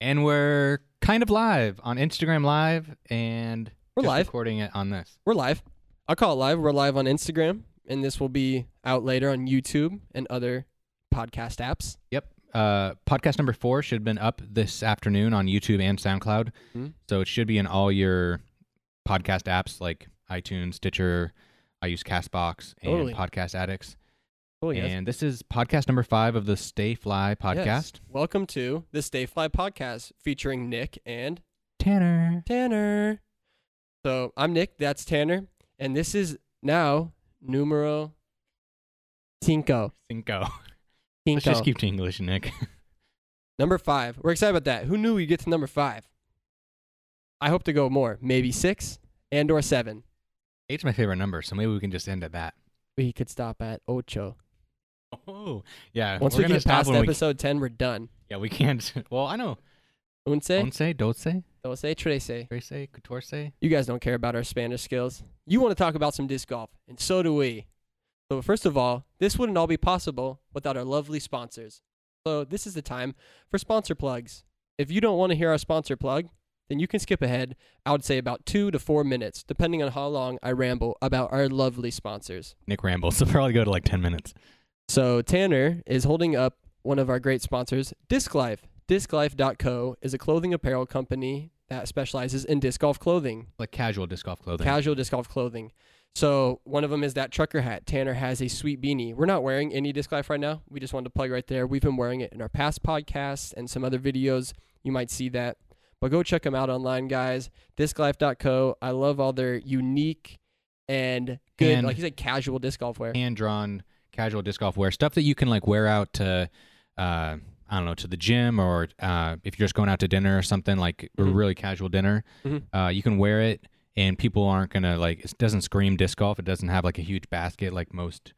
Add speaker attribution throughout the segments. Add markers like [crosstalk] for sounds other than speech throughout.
Speaker 1: And we're kind of live on Instagram Live and
Speaker 2: We're
Speaker 1: just
Speaker 2: live.
Speaker 1: recording it on this.
Speaker 2: We're live. I'll call it live. We're live on Instagram, and this will be out later on YouTube and other podcast apps.
Speaker 1: Yep. Uh, podcast number four should have been up this afternoon on YouTube and SoundCloud.
Speaker 2: Mhm.
Speaker 1: So it should be in all your podcast apps like iTunes, Stitcher. I use Castbox and
Speaker 2: Totally.
Speaker 1: Podcast Addicts.
Speaker 2: Oh,
Speaker 1: And this is podcast number five of the Stay Fly podcast.
Speaker 2: Welcome to the Stay Fly podcast featuring Nick and
Speaker 1: Tanner.
Speaker 2: Tanner. So I'm Nick, that's Tanner, and this is now numero [laughs] cinco.
Speaker 1: Cinco. Let's
Speaker 2: Cinco.
Speaker 1: just keep to English, Nick. [laughs]
Speaker 2: Number five. We're excited about that. Who knew we'd get to number five? I hope to go more, maybe six and or seven.
Speaker 1: Eight's my favorite number, so maybe we can just end at that.
Speaker 2: We could stop at ocho.
Speaker 1: Oh, yeah.
Speaker 2: Once
Speaker 1: we're
Speaker 2: we
Speaker 1: gonna
Speaker 2: get
Speaker 1: stop
Speaker 2: past
Speaker 1: when we-
Speaker 2: episode ten, we're done.
Speaker 1: yeah, we can't. [laughs] Well, I know.
Speaker 2: Once,
Speaker 1: Once, doce,
Speaker 2: doce, trece.
Speaker 1: trece, catorce.
Speaker 2: You guys don't care about our Spanish skills. You want to talk about some disc golf, and so do we. So first of all, this wouldn't all be possible without our lovely sponsors. So this is the time for sponsor plugs. If you don't want to hear our sponsor plug, then you can skip ahead. I would say about two to four minutes, depending on how long I ramble about our lovely sponsors.
Speaker 1: Nick rambles. [laughs] So probably go to like 10 minutes.
Speaker 2: So Tanner is holding up one of our great sponsors, Disc Life. DiscLife.co is a clothing apparel company that specializes in disc golf clothing,
Speaker 1: Like casual disc golf clothing.
Speaker 2: casual disc golf clothing. So one of them is that trucker hat. Tanner has a sweet beanie. We're not wearing any Disc Life right now. We just wanted to plug right there. We've been wearing it in our past podcasts and some other videos. You might see that. But go check them out online, guys. DiscLife.co. I love all their unique and good,
Speaker 1: And-
Speaker 2: like you said, casual disc golf wear.
Speaker 1: Hand drawn casual disc golf wear. Stuff that you can like wear out to, uh, I don't know, to the gym or uh, if you're just going out to dinner or something, like a
Speaker 2: Mhm.
Speaker 1: really casual dinner,
Speaker 2: Mhm.
Speaker 1: uh, you can wear it and people aren't going to like, it doesn't scream disc golf. It doesn't have like a huge basket like most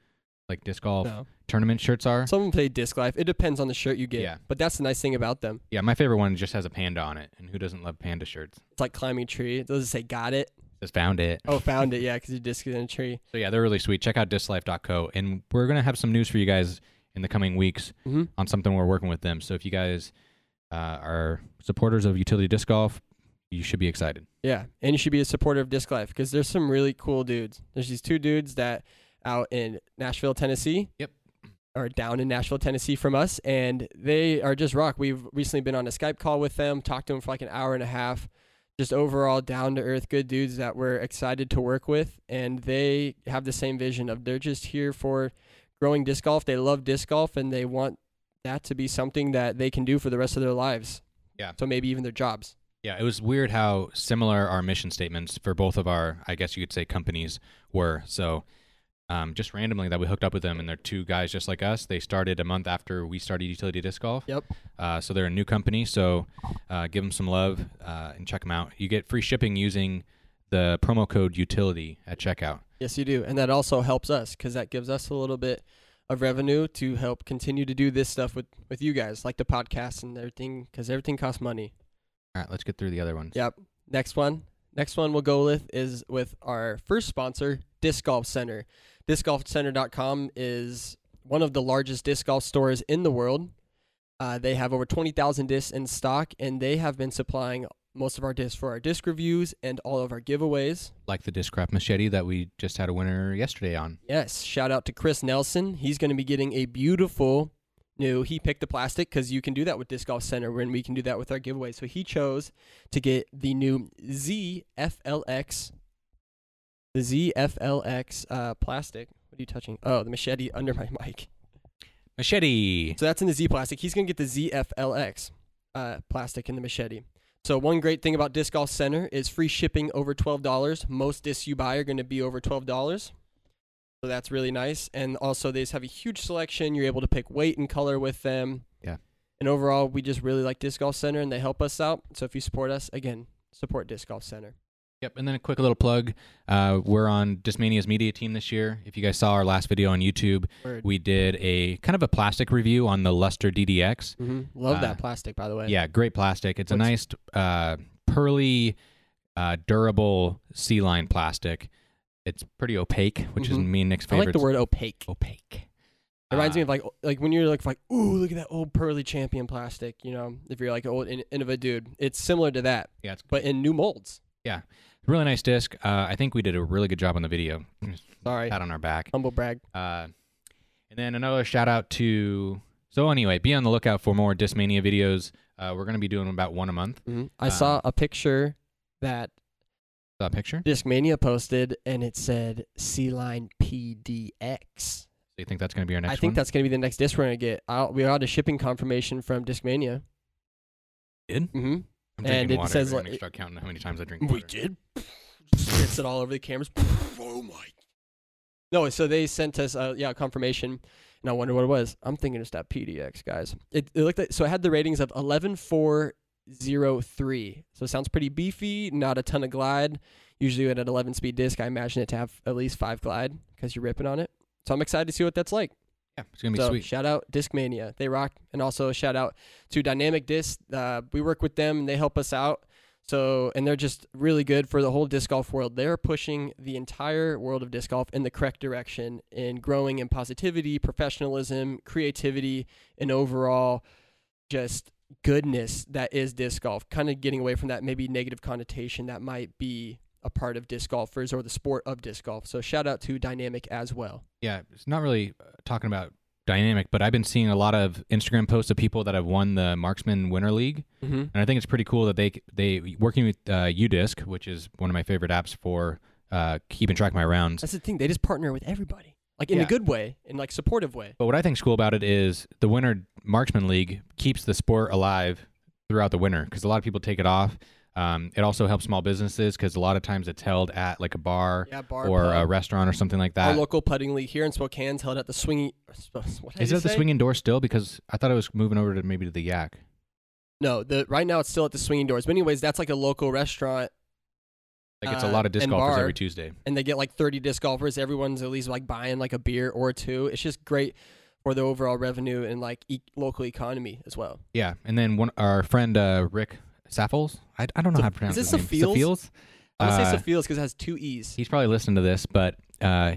Speaker 1: like disc golf
Speaker 2: So-
Speaker 1: tournament shirts are.
Speaker 2: Some of them play disc life. It depends on the shirt you get.
Speaker 1: Yeah.
Speaker 2: But that's the nice thing about them.
Speaker 1: yeah, my favorite one just has a panda on it. And who doesn't love panda shirts?
Speaker 2: It's like climbing a tree. It doesn't say got it.
Speaker 1: Just found it.
Speaker 2: Oh, found it. Yeah, because your disc is in a tree.
Speaker 1: So yeah, they're really sweet. Check out dislife.co and we're going to have some news for you guys in the coming weeks
Speaker 2: Mm-hmm.
Speaker 1: on something we're working with them. So if you guys uh, are supporters of utility disc golf, you should be excited.
Speaker 2: Yeah. And you should be a supporter of disc life because there's some really cool dudes. There's these two dudes that out in Nashville, Tennessee.
Speaker 1: Yep.
Speaker 2: Or down in Nashville, Tennessee from us. And they are just rock. We've recently been on a Skype call with them, talked to them for like an hour and a half. Just overall down to earth, good dudes that we're excited to work with. And they have the same vision of they're just here for growing disc golf. They love disc golf and they want that to be something that they can do for the rest of their lives.
Speaker 1: Yeah.
Speaker 2: So maybe even their jobs.
Speaker 1: Yeah, it was weird how similar our mission statements for both of our, I guess you could say, companies were. So um, just randomly that we hooked up with them, and they're two guys just like us. They started a month after we started utility disc golf.
Speaker 2: Yep.
Speaker 1: Uh, so they're a new company. So uh, give them some love uh, and check them out. You get free shipping using the promo code utility at checkout.
Speaker 2: Yes, you do. And that also helps us because that gives us a little bit of revenue to help continue to do this stuff with, with you guys, like the podcast and everything, because everything costs money.
Speaker 1: All right, let's get through the other ones.
Speaker 2: Yep. Next one. Next one we'll go with is with our first sponsor, Disc Golf Center. DiscGolfCenter.com is one of the largest disc golf stores in the world. Uh, they have over 20,000 discs in stock, and they have been supplying most of our discs for our disc reviews and all of our giveaways.
Speaker 1: Like the disc craft machete that we just had a winner yesterday on.
Speaker 2: Yes, shout out to Chris Nelson. He's going to be getting a beautiful new. He picked the plastic because you can do that with Disc Golf Center, and we can do that with our giveaway. So he chose to get the new ZFLX, the ZFLX uh, plastic. What are you touching? Oh, the machete under my [laughs] mic.
Speaker 1: Machete.
Speaker 2: So that's in the Z plastic. He's going to get the ZFLX uh, plastic in the machete. So one great thing about Disc Golf Center is free shipping over twelve dollars. Most discs you buy are going to be over twelve dollars. So that's really nice. And also they just have a huge selection. You're able to pick weight and color with them.
Speaker 1: Yeah.
Speaker 2: And overall, we just really like Disc Golf Center and they help us out. So if you support us, again, support Disc Golf Center.
Speaker 1: Yep, and then a quick little plug. Uh, we're on Dismania's media team this year. If you guys saw our last video on YouTube, we did a kind of a plastic review on the Luster DDX.
Speaker 2: hmm Love
Speaker 1: uh,
Speaker 2: that plastic, by the way.
Speaker 1: Yeah, great plastic. It's a nice
Speaker 2: Looks-
Speaker 1: uh, pearly, uh, durable sea line plastic. It's pretty opaque, which is
Speaker 2: Mhm.
Speaker 1: me and Nick's
Speaker 2: I
Speaker 1: favorite.
Speaker 2: like the word opaque.
Speaker 1: opaque.
Speaker 2: It
Speaker 1: Ah.
Speaker 2: reminds me of like like when you're like like ooh look at that old pearly champion plastic you know if you're like an old in, innova dude it's similar to that
Speaker 1: Yeah, it's
Speaker 2: but in new molds
Speaker 1: really nice disc. Uh, I think we did a really good job on the video.
Speaker 2: sorry
Speaker 1: Pat on our back.
Speaker 2: humble brag
Speaker 1: Uh, and then another shout out to. So anyway, be on the lookout for more Discmania videos. Uh, we're gonna be doing about one a month.
Speaker 2: I
Speaker 1: Um,
Speaker 2: saw a picture that
Speaker 1: That picture. So
Speaker 2: Discmania posted and it said C line PDX
Speaker 1: you think that's gonna be our next
Speaker 2: I think
Speaker 1: one?
Speaker 2: that's gonna be the next disc we're gonna get I'll, we got a shipping confirmation from Discmania
Speaker 1: Did?
Speaker 2: mm-hmm.
Speaker 1: I'm
Speaker 2: and
Speaker 1: drinking
Speaker 2: it
Speaker 1: water.
Speaker 2: says
Speaker 1: I'm gonna
Speaker 2: like-
Speaker 1: start counting how many times I drink.
Speaker 2: We
Speaker 1: Water.
Speaker 2: did. Spits it all over the cameras. Oh my. No, so they sent us uh, yeah confirmation, and I wonder what it was. I'm thinking it's that PDX guys. It, it looked like so it had the ratings of eleven four zero three. So it sounds pretty beefy. Not a ton of glide. Usually at an eleven speed disc, I imagine it to have at least five glide because you're ripping on it. So I'm excited to see what that's like.
Speaker 1: Yeah, it's gonna be
Speaker 2: So
Speaker 1: sweet.
Speaker 2: shout out Discmania, they rock, and also shout out to Dynamic Disc. Uh, we work with them, and they help us out. So and they're just really good for the whole disc golf world. They're pushing the entire world of disc golf in the correct direction in growing in positivity, professionalism, creativity, and overall just goodness that is disc golf. Kind of getting away from that maybe negative connotation that might be a part of disc golfers or the sport of disc golf. So shout out to Dynamic as well.
Speaker 1: Yeah, it's not really uh, talking about dynamic, but I've been seeing a lot of Instagram posts of people that have won the Marksman Winter League.
Speaker 2: Mm-hmm.
Speaker 1: and I think it's pretty cool that they they working with uh, UDisc, which is one of my favorite apps for uh, keeping track of my rounds.
Speaker 2: That's the thing. They just partner with everybody, like in
Speaker 1: Yeah.
Speaker 2: a good way, in like supportive way.
Speaker 1: But what I think's cool about it is the Winter Marksman League keeps the sport alive throughout the winter because a lot of people take it off. Um, it also helps small businesses because a lot of times it's held at like a bar
Speaker 2: Yeah, bar
Speaker 1: or a
Speaker 2: pub. Oh,
Speaker 1: restaurant or something like
Speaker 2: our
Speaker 1: that.
Speaker 2: local putting league here in Spokane's held at the swingy. What did
Speaker 1: Is it
Speaker 2: I
Speaker 1: at the
Speaker 2: say?
Speaker 1: swinging door still? Because I thought it was moving over to maybe to the Yak.
Speaker 2: No, the right now it's still at the swinging doors. But anyways, that's like a local restaurant,
Speaker 1: Like it's a
Speaker 2: Uh,
Speaker 1: lot of disc
Speaker 2: and
Speaker 1: golfers
Speaker 2: bar.
Speaker 1: every Tuesday.
Speaker 2: and they get like thirty disc golfers. Everyone's at least like buying like a beer or two. It's just great for the overall revenue and like e- local economy as well.
Speaker 1: Yeah, and then one our friend uh, Rick Saffles. I, I don't know
Speaker 2: So-
Speaker 1: how to pronounce
Speaker 2: is
Speaker 1: his
Speaker 2: it
Speaker 1: name.
Speaker 2: Safiels?
Speaker 1: Safiels?
Speaker 2: I'm gonna
Speaker 1: Uh,
Speaker 2: say Sophia's because it has two e's.
Speaker 1: he's probably listened to this, but uh,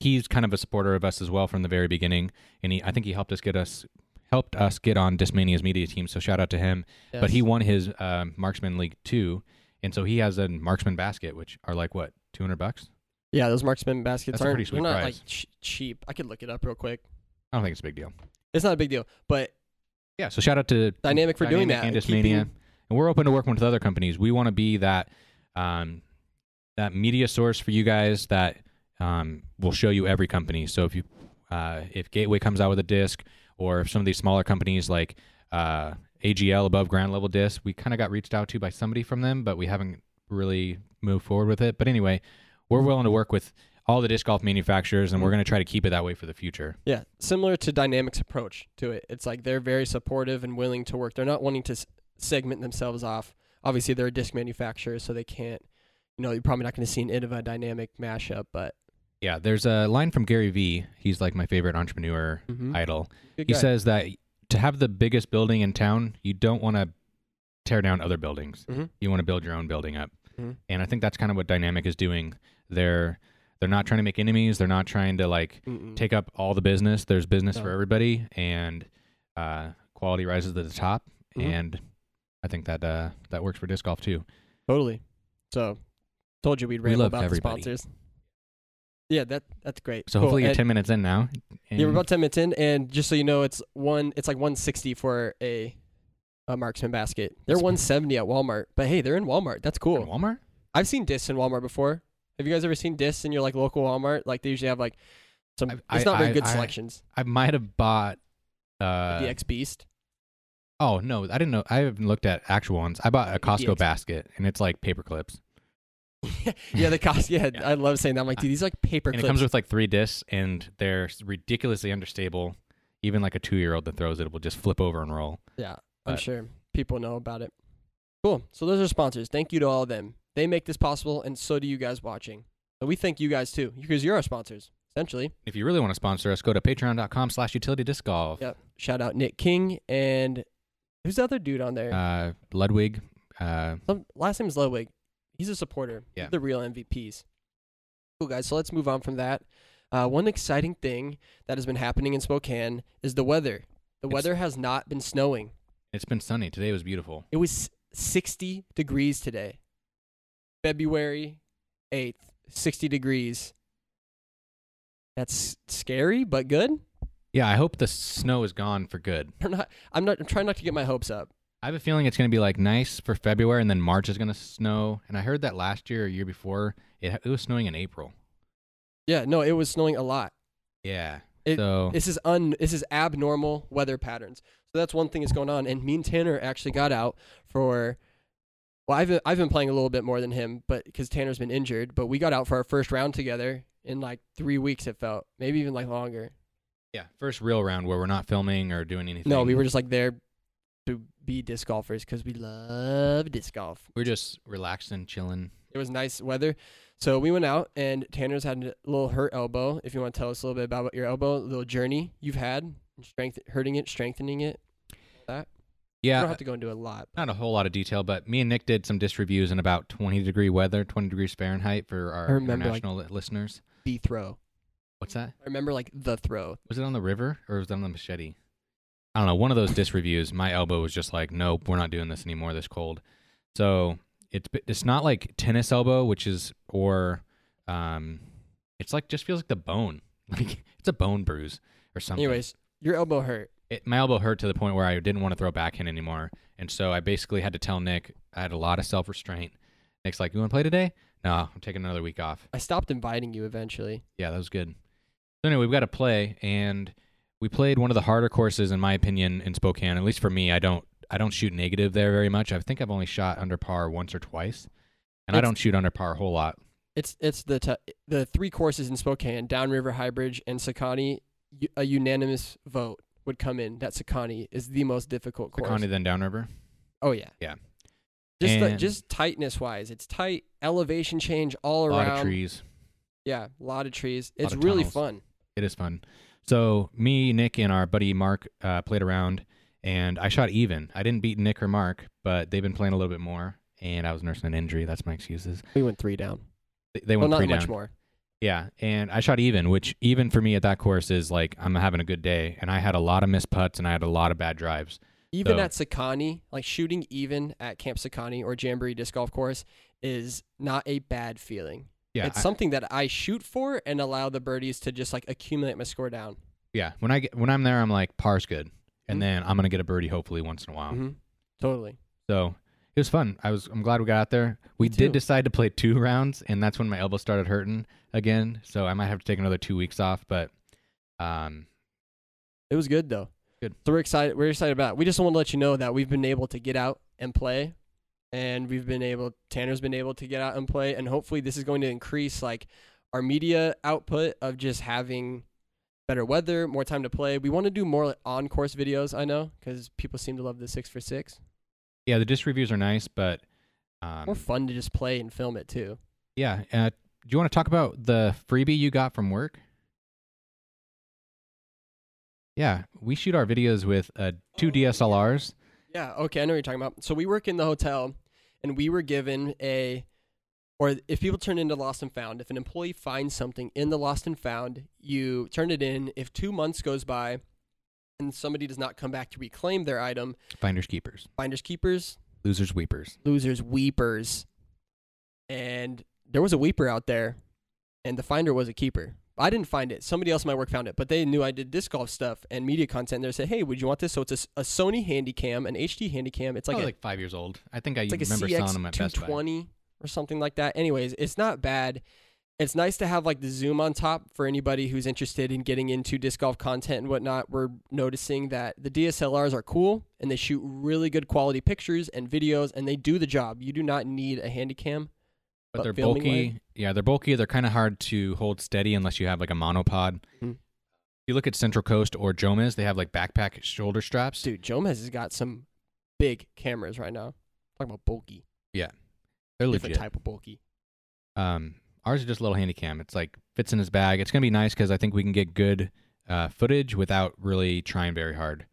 Speaker 1: he's kind of a supporter of us as well from the very beginning, and he I think he helped us get us helped us get on Discmania's media team. So shout out to him. But he
Speaker 2: Yes.
Speaker 1: won his uh, Marksman League two, and so he has a Marksman basket, which are like what two hundred bucks.
Speaker 2: yeah, those marksman baskets
Speaker 1: That's a
Speaker 2: aren't
Speaker 1: pretty sweet
Speaker 2: they're not
Speaker 1: prize.
Speaker 2: like ch- cheap. I could look it up real quick.
Speaker 1: I don't think it's a big deal.
Speaker 2: It's not a big deal, but
Speaker 1: Yeah. So shout out to
Speaker 2: Dynamic for doing
Speaker 1: Dynamic
Speaker 2: that,
Speaker 1: and
Speaker 2: keeping-
Speaker 1: Discmania, and we're open to working with other companies. We want to be that um, that media source for you guys that um, will show you every company. So if you uh, if Gateway comes out with a disc, or if some of these smaller companies like uh, AGL above ground level disc, we kind of got reached out to by somebody from them, but we haven't really moved forward with it. But anyway, we're willing to work with all the disc golf manufacturers, and we're going to try to keep it that way for the future.
Speaker 2: Yeah, similar to Dynamics' approach to it. It's like they're very supportive and willing to work. They're not wanting to s- segment themselves off. Obviously, they're a disc manufacturer, so they can't. You know, you're probably not going to see an Innova Dynamic mashup, but
Speaker 1: Yeah, there's a line from Gary Vee. He's like my favorite entrepreneur idol.
Speaker 2: Hmm? Good
Speaker 1: He
Speaker 2: guy.
Speaker 1: says that to have the biggest building in town, you don't want to tear down other buildings.
Speaker 2: Mhm.
Speaker 1: You want to build your own building up.
Speaker 2: Mhm.
Speaker 1: And I think that's kind of what Dynamic is doing. They're they're not trying to make enemies. They're not trying to like
Speaker 2: Mm-mm.
Speaker 1: take up all the business. There's business for
Speaker 2: No.
Speaker 1: everybody, and uh, quality rises to the top.
Speaker 2: Mhm.
Speaker 1: And I think that uh, that works for disc golf too.
Speaker 2: totally. So, told you we'd ramble
Speaker 1: love
Speaker 2: about
Speaker 1: everybody.
Speaker 2: the sponsors. Yeah, that that's great.
Speaker 1: So
Speaker 2: Cool.
Speaker 1: hopefully you're
Speaker 2: And-
Speaker 1: ten minutes in now.
Speaker 2: Yeah, we're
Speaker 1: and-
Speaker 2: about ten minutes in, and just so you know, it's one. It's like one sixty for a, a marksman basket. They're
Speaker 1: That's-
Speaker 2: one seventy at Walmart, but hey, they're in Walmart. That's cool.
Speaker 1: in Walmart.
Speaker 2: I've seen discs in Walmart before. Have you guys ever seen discs in your like local Walmart? Like they usually have like some.
Speaker 1: I've-
Speaker 2: it's
Speaker 1: I-
Speaker 2: not very
Speaker 1: I-
Speaker 2: good
Speaker 1: I-
Speaker 2: selections.
Speaker 1: I might have bought.
Speaker 2: The
Speaker 1: Uh,
Speaker 2: DX
Speaker 1: [laughs]
Speaker 2: Beast. [laughs]
Speaker 1: Oh no, I didn't know. I haven't looked at actual ones. I bought a Costco
Speaker 2: DX.
Speaker 1: basket, and it's like paper clips,
Speaker 2: yeah, the cost. Yeah,
Speaker 1: Yeah.
Speaker 2: I love saying that. I'm like, dude, these are like paper
Speaker 1: and
Speaker 2: clips.
Speaker 1: it comes with like three discs, and they're s- ridiculously understable. Even like a two-year-old that throws it will just flip over and roll.
Speaker 2: yeah, I'm
Speaker 1: but-
Speaker 2: sure people know about it. Cool. So those are sponsors. Thank you to all of them. They make this possible, and so do you guys watching. So we thank you guys too, because you're our sponsors essentially.
Speaker 1: If you really want to sponsor us, go to Patreon.com/slash Utility Disc Golf.
Speaker 2: Yep. Shout out Nick King and who's the other dude on there?
Speaker 1: Uh, Ludwig. Uh,
Speaker 2: Some, last name is Ludwig. He's a supporter. He's
Speaker 1: Yeah.
Speaker 2: the real MVPs. Cool guys. So let's move on from that. Uh, one exciting thing that has been happening in Spokane is the weather. The
Speaker 1: It's-
Speaker 2: weather has not been snowing.
Speaker 1: It's been sunny. Today was beautiful.
Speaker 2: It was 60 degrees today. February 8th, 60 degrees. That's scary, but good. [laughs]
Speaker 1: Yeah, I hope the snow is gone for good.
Speaker 2: We're not, I'm not. I'm trying not to get my hopes up.
Speaker 1: I have a feeling it's going to be like nice for February and then March is going to snow. And I heard that last year or year before, it, it was snowing in April.
Speaker 2: Yeah, no, it was snowing a lot.
Speaker 1: Yeah.
Speaker 2: It-
Speaker 1: so
Speaker 2: This is un. This is abnormal weather patterns. So that's one thing that's going on. And me and Tanner actually got out for. Well, I've been, I've been playing a little bit more than him, but because Tanner's been injured. But we got out for our first round together in like three weeks. It felt maybe even like longer.
Speaker 1: yeah, first real round where we're not filming or doing anything.
Speaker 2: No, we were just like there to be disc golfers because we love disc golf.
Speaker 1: we were just relaxing, chilling.
Speaker 2: It was nice weather. So we went out, and Tanner's had a little hurt elbow. If you want to tell us a little bit about your elbow, the little journey you've had, strength, hurting it, strengthening it. I don't
Speaker 1: Yeah, uh,
Speaker 2: have to go into a lot.
Speaker 1: not a whole lot of detail, but me and Nick did some dish reviews in about 20 degree weather, 20 degrees Fahrenheit for
Speaker 2: I
Speaker 1: our
Speaker 2: remember, like-
Speaker 1: international li- listeners.
Speaker 2: The throw.
Speaker 1: What's that?
Speaker 2: I remember like the throw.
Speaker 1: Was it on the river or was it on the machete? I don't know. One of those disc reviews, my elbow was just like, nope, we're not doing this anymore. This cold. So it's it's not like tennis elbow, which is or um, it's like just feels like the bone, [laughs] like it's a bone bruise or something.
Speaker 2: Anyways, your elbow hurt.
Speaker 1: it, my elbow hurt to the point where I didn't want to throw backhand anymore, and so I basically had to tell Nick I had a lot of self restraint. Nick's like, "You want to play today? No, I'm taking another week off."
Speaker 2: I stopped inviting you eventually.
Speaker 1: Yeah, that was good. So anyway, we've got to play, and we played one of the harder courses, in my opinion, in Spokane. At least for me, I don't I don't shoot negative there very much. I think I've only shot under par once or twice, and I
Speaker 2: It's-
Speaker 1: don't shoot under par a whole lot.
Speaker 2: It's it's the t- the three courses in Spokane, Downriver, High Bridge, and Sakani. u- A unanimous vote would come in that Sakani is the most difficult course.
Speaker 1: Connie then downriver.
Speaker 2: Oh yeah.
Speaker 1: Yeah.
Speaker 2: Just the,
Speaker 1: And-
Speaker 2: just tightness wise, it's tight. Elevation change all
Speaker 1: A
Speaker 2: around.
Speaker 1: lot of trees.
Speaker 2: Yeah, a lot of trees.
Speaker 1: Lot
Speaker 2: It's
Speaker 1: of
Speaker 2: really
Speaker 1: tunnels.
Speaker 2: fun.
Speaker 1: It is fun. So me, Nick, and our buddy Mark uh, played around, and I shot even. I didn't beat Nick or Mark, but they've been playing a little bit more, and I was nursing an injury. That's my excuses.
Speaker 2: We went three down.
Speaker 1: They, they
Speaker 2: well,
Speaker 1: went
Speaker 2: not
Speaker 1: three
Speaker 2: much
Speaker 1: down.
Speaker 2: more.
Speaker 1: Yeah, and I shot even, which even for me at that course is like I'm having a good day, and I had a lot of missed putts and I had a lot of bad drives.
Speaker 2: Even
Speaker 1: So-
Speaker 2: at Sakani, like shooting even at Camp Sakani or Jamboree Disc Golf Course is not a bad feeling.
Speaker 1: Yeah,
Speaker 2: it's
Speaker 1: I-
Speaker 2: something that I shoot for and allow the birdies to just like accumulate my score down.
Speaker 1: yeah. When I get when I'm there, I'm like par's good, and
Speaker 2: Mhm.
Speaker 1: then I'm gonna get a birdie hopefully once in a while.
Speaker 2: hmm Totally.
Speaker 1: So it was fun. I was I'm glad we got out there. We
Speaker 2: Me too.
Speaker 1: did decide to play two [laughs] rounds, and that's when my elbow started hurting again. So I might have to take another two weeks off. But um,
Speaker 2: It was good though.
Speaker 1: Good.
Speaker 2: So we're excited. We're excited about. It. We just want to let you know that we've been able to get out and play, and we've been able. Tanner's been able to get out and play, and hopefully this is going to increase like our media output of just having better weather, more time to play. We want to do more like, on course videos. I know because people seem to love the six for six.
Speaker 1: yeah, the disc reviews are nice, but
Speaker 2: More
Speaker 1: um,
Speaker 2: fun to just play and film it too.
Speaker 1: yeah. Uh, do you want to talk about the freebie you got from work? Yeah, we shoot our videos with uh, two DSLRs.
Speaker 2: Yeah, okay, I know what you're talking about. So we work in the hotel and we were given a or if people turn into lost and found, if an employee finds something in the lost and found, you turn it in. If 2 months goes by and somebody does not come back to reclaim their item,
Speaker 1: Finders keepers,
Speaker 2: finders keepers,
Speaker 1: losers weepers.
Speaker 2: losers weepers. And there was a weeper out there and the finder was a keeper. I didn't find it. Somebody else in my work found it, but they knew I did disc golf stuff and media content. They said, "Hey, would you want this?" So it's a, s- a Sony Handycam, an HD Handycam. It's
Speaker 1: It's
Speaker 2: like
Speaker 1: Oh, like,
Speaker 2: a
Speaker 1: like five years old. I think I
Speaker 2: it's like a
Speaker 1: remember selling them
Speaker 2: CX
Speaker 1: at Best Buy.
Speaker 2: 220 or something like that. Anyways, it's not bad. It's nice to have like the zoom on top for anybody who's interested in getting into disc golf content and whatnot. We're noticing that the DSLRs are cool and they shoot really good quality pictures and videos and they do the job. You do not need a handycam.
Speaker 1: but
Speaker 2: but
Speaker 1: they're
Speaker 2: filming
Speaker 1: bulky. Yeah, they're bulky. They're kind of hard to hold steady unless you have like a monopod.
Speaker 2: Mhm.
Speaker 1: If you look at Central Coast or Jomas, they have like backpack shoulder straps.
Speaker 2: Dude, Jomez has got some big cameras right now. Talking about bulky,
Speaker 1: they're
Speaker 2: different
Speaker 1: legit.
Speaker 2: type of bulky.
Speaker 1: Um, ours is just a little handy cam. It's like fits in his bag. It's gonna be nice because I think we can get good uh, footage without really trying very hard,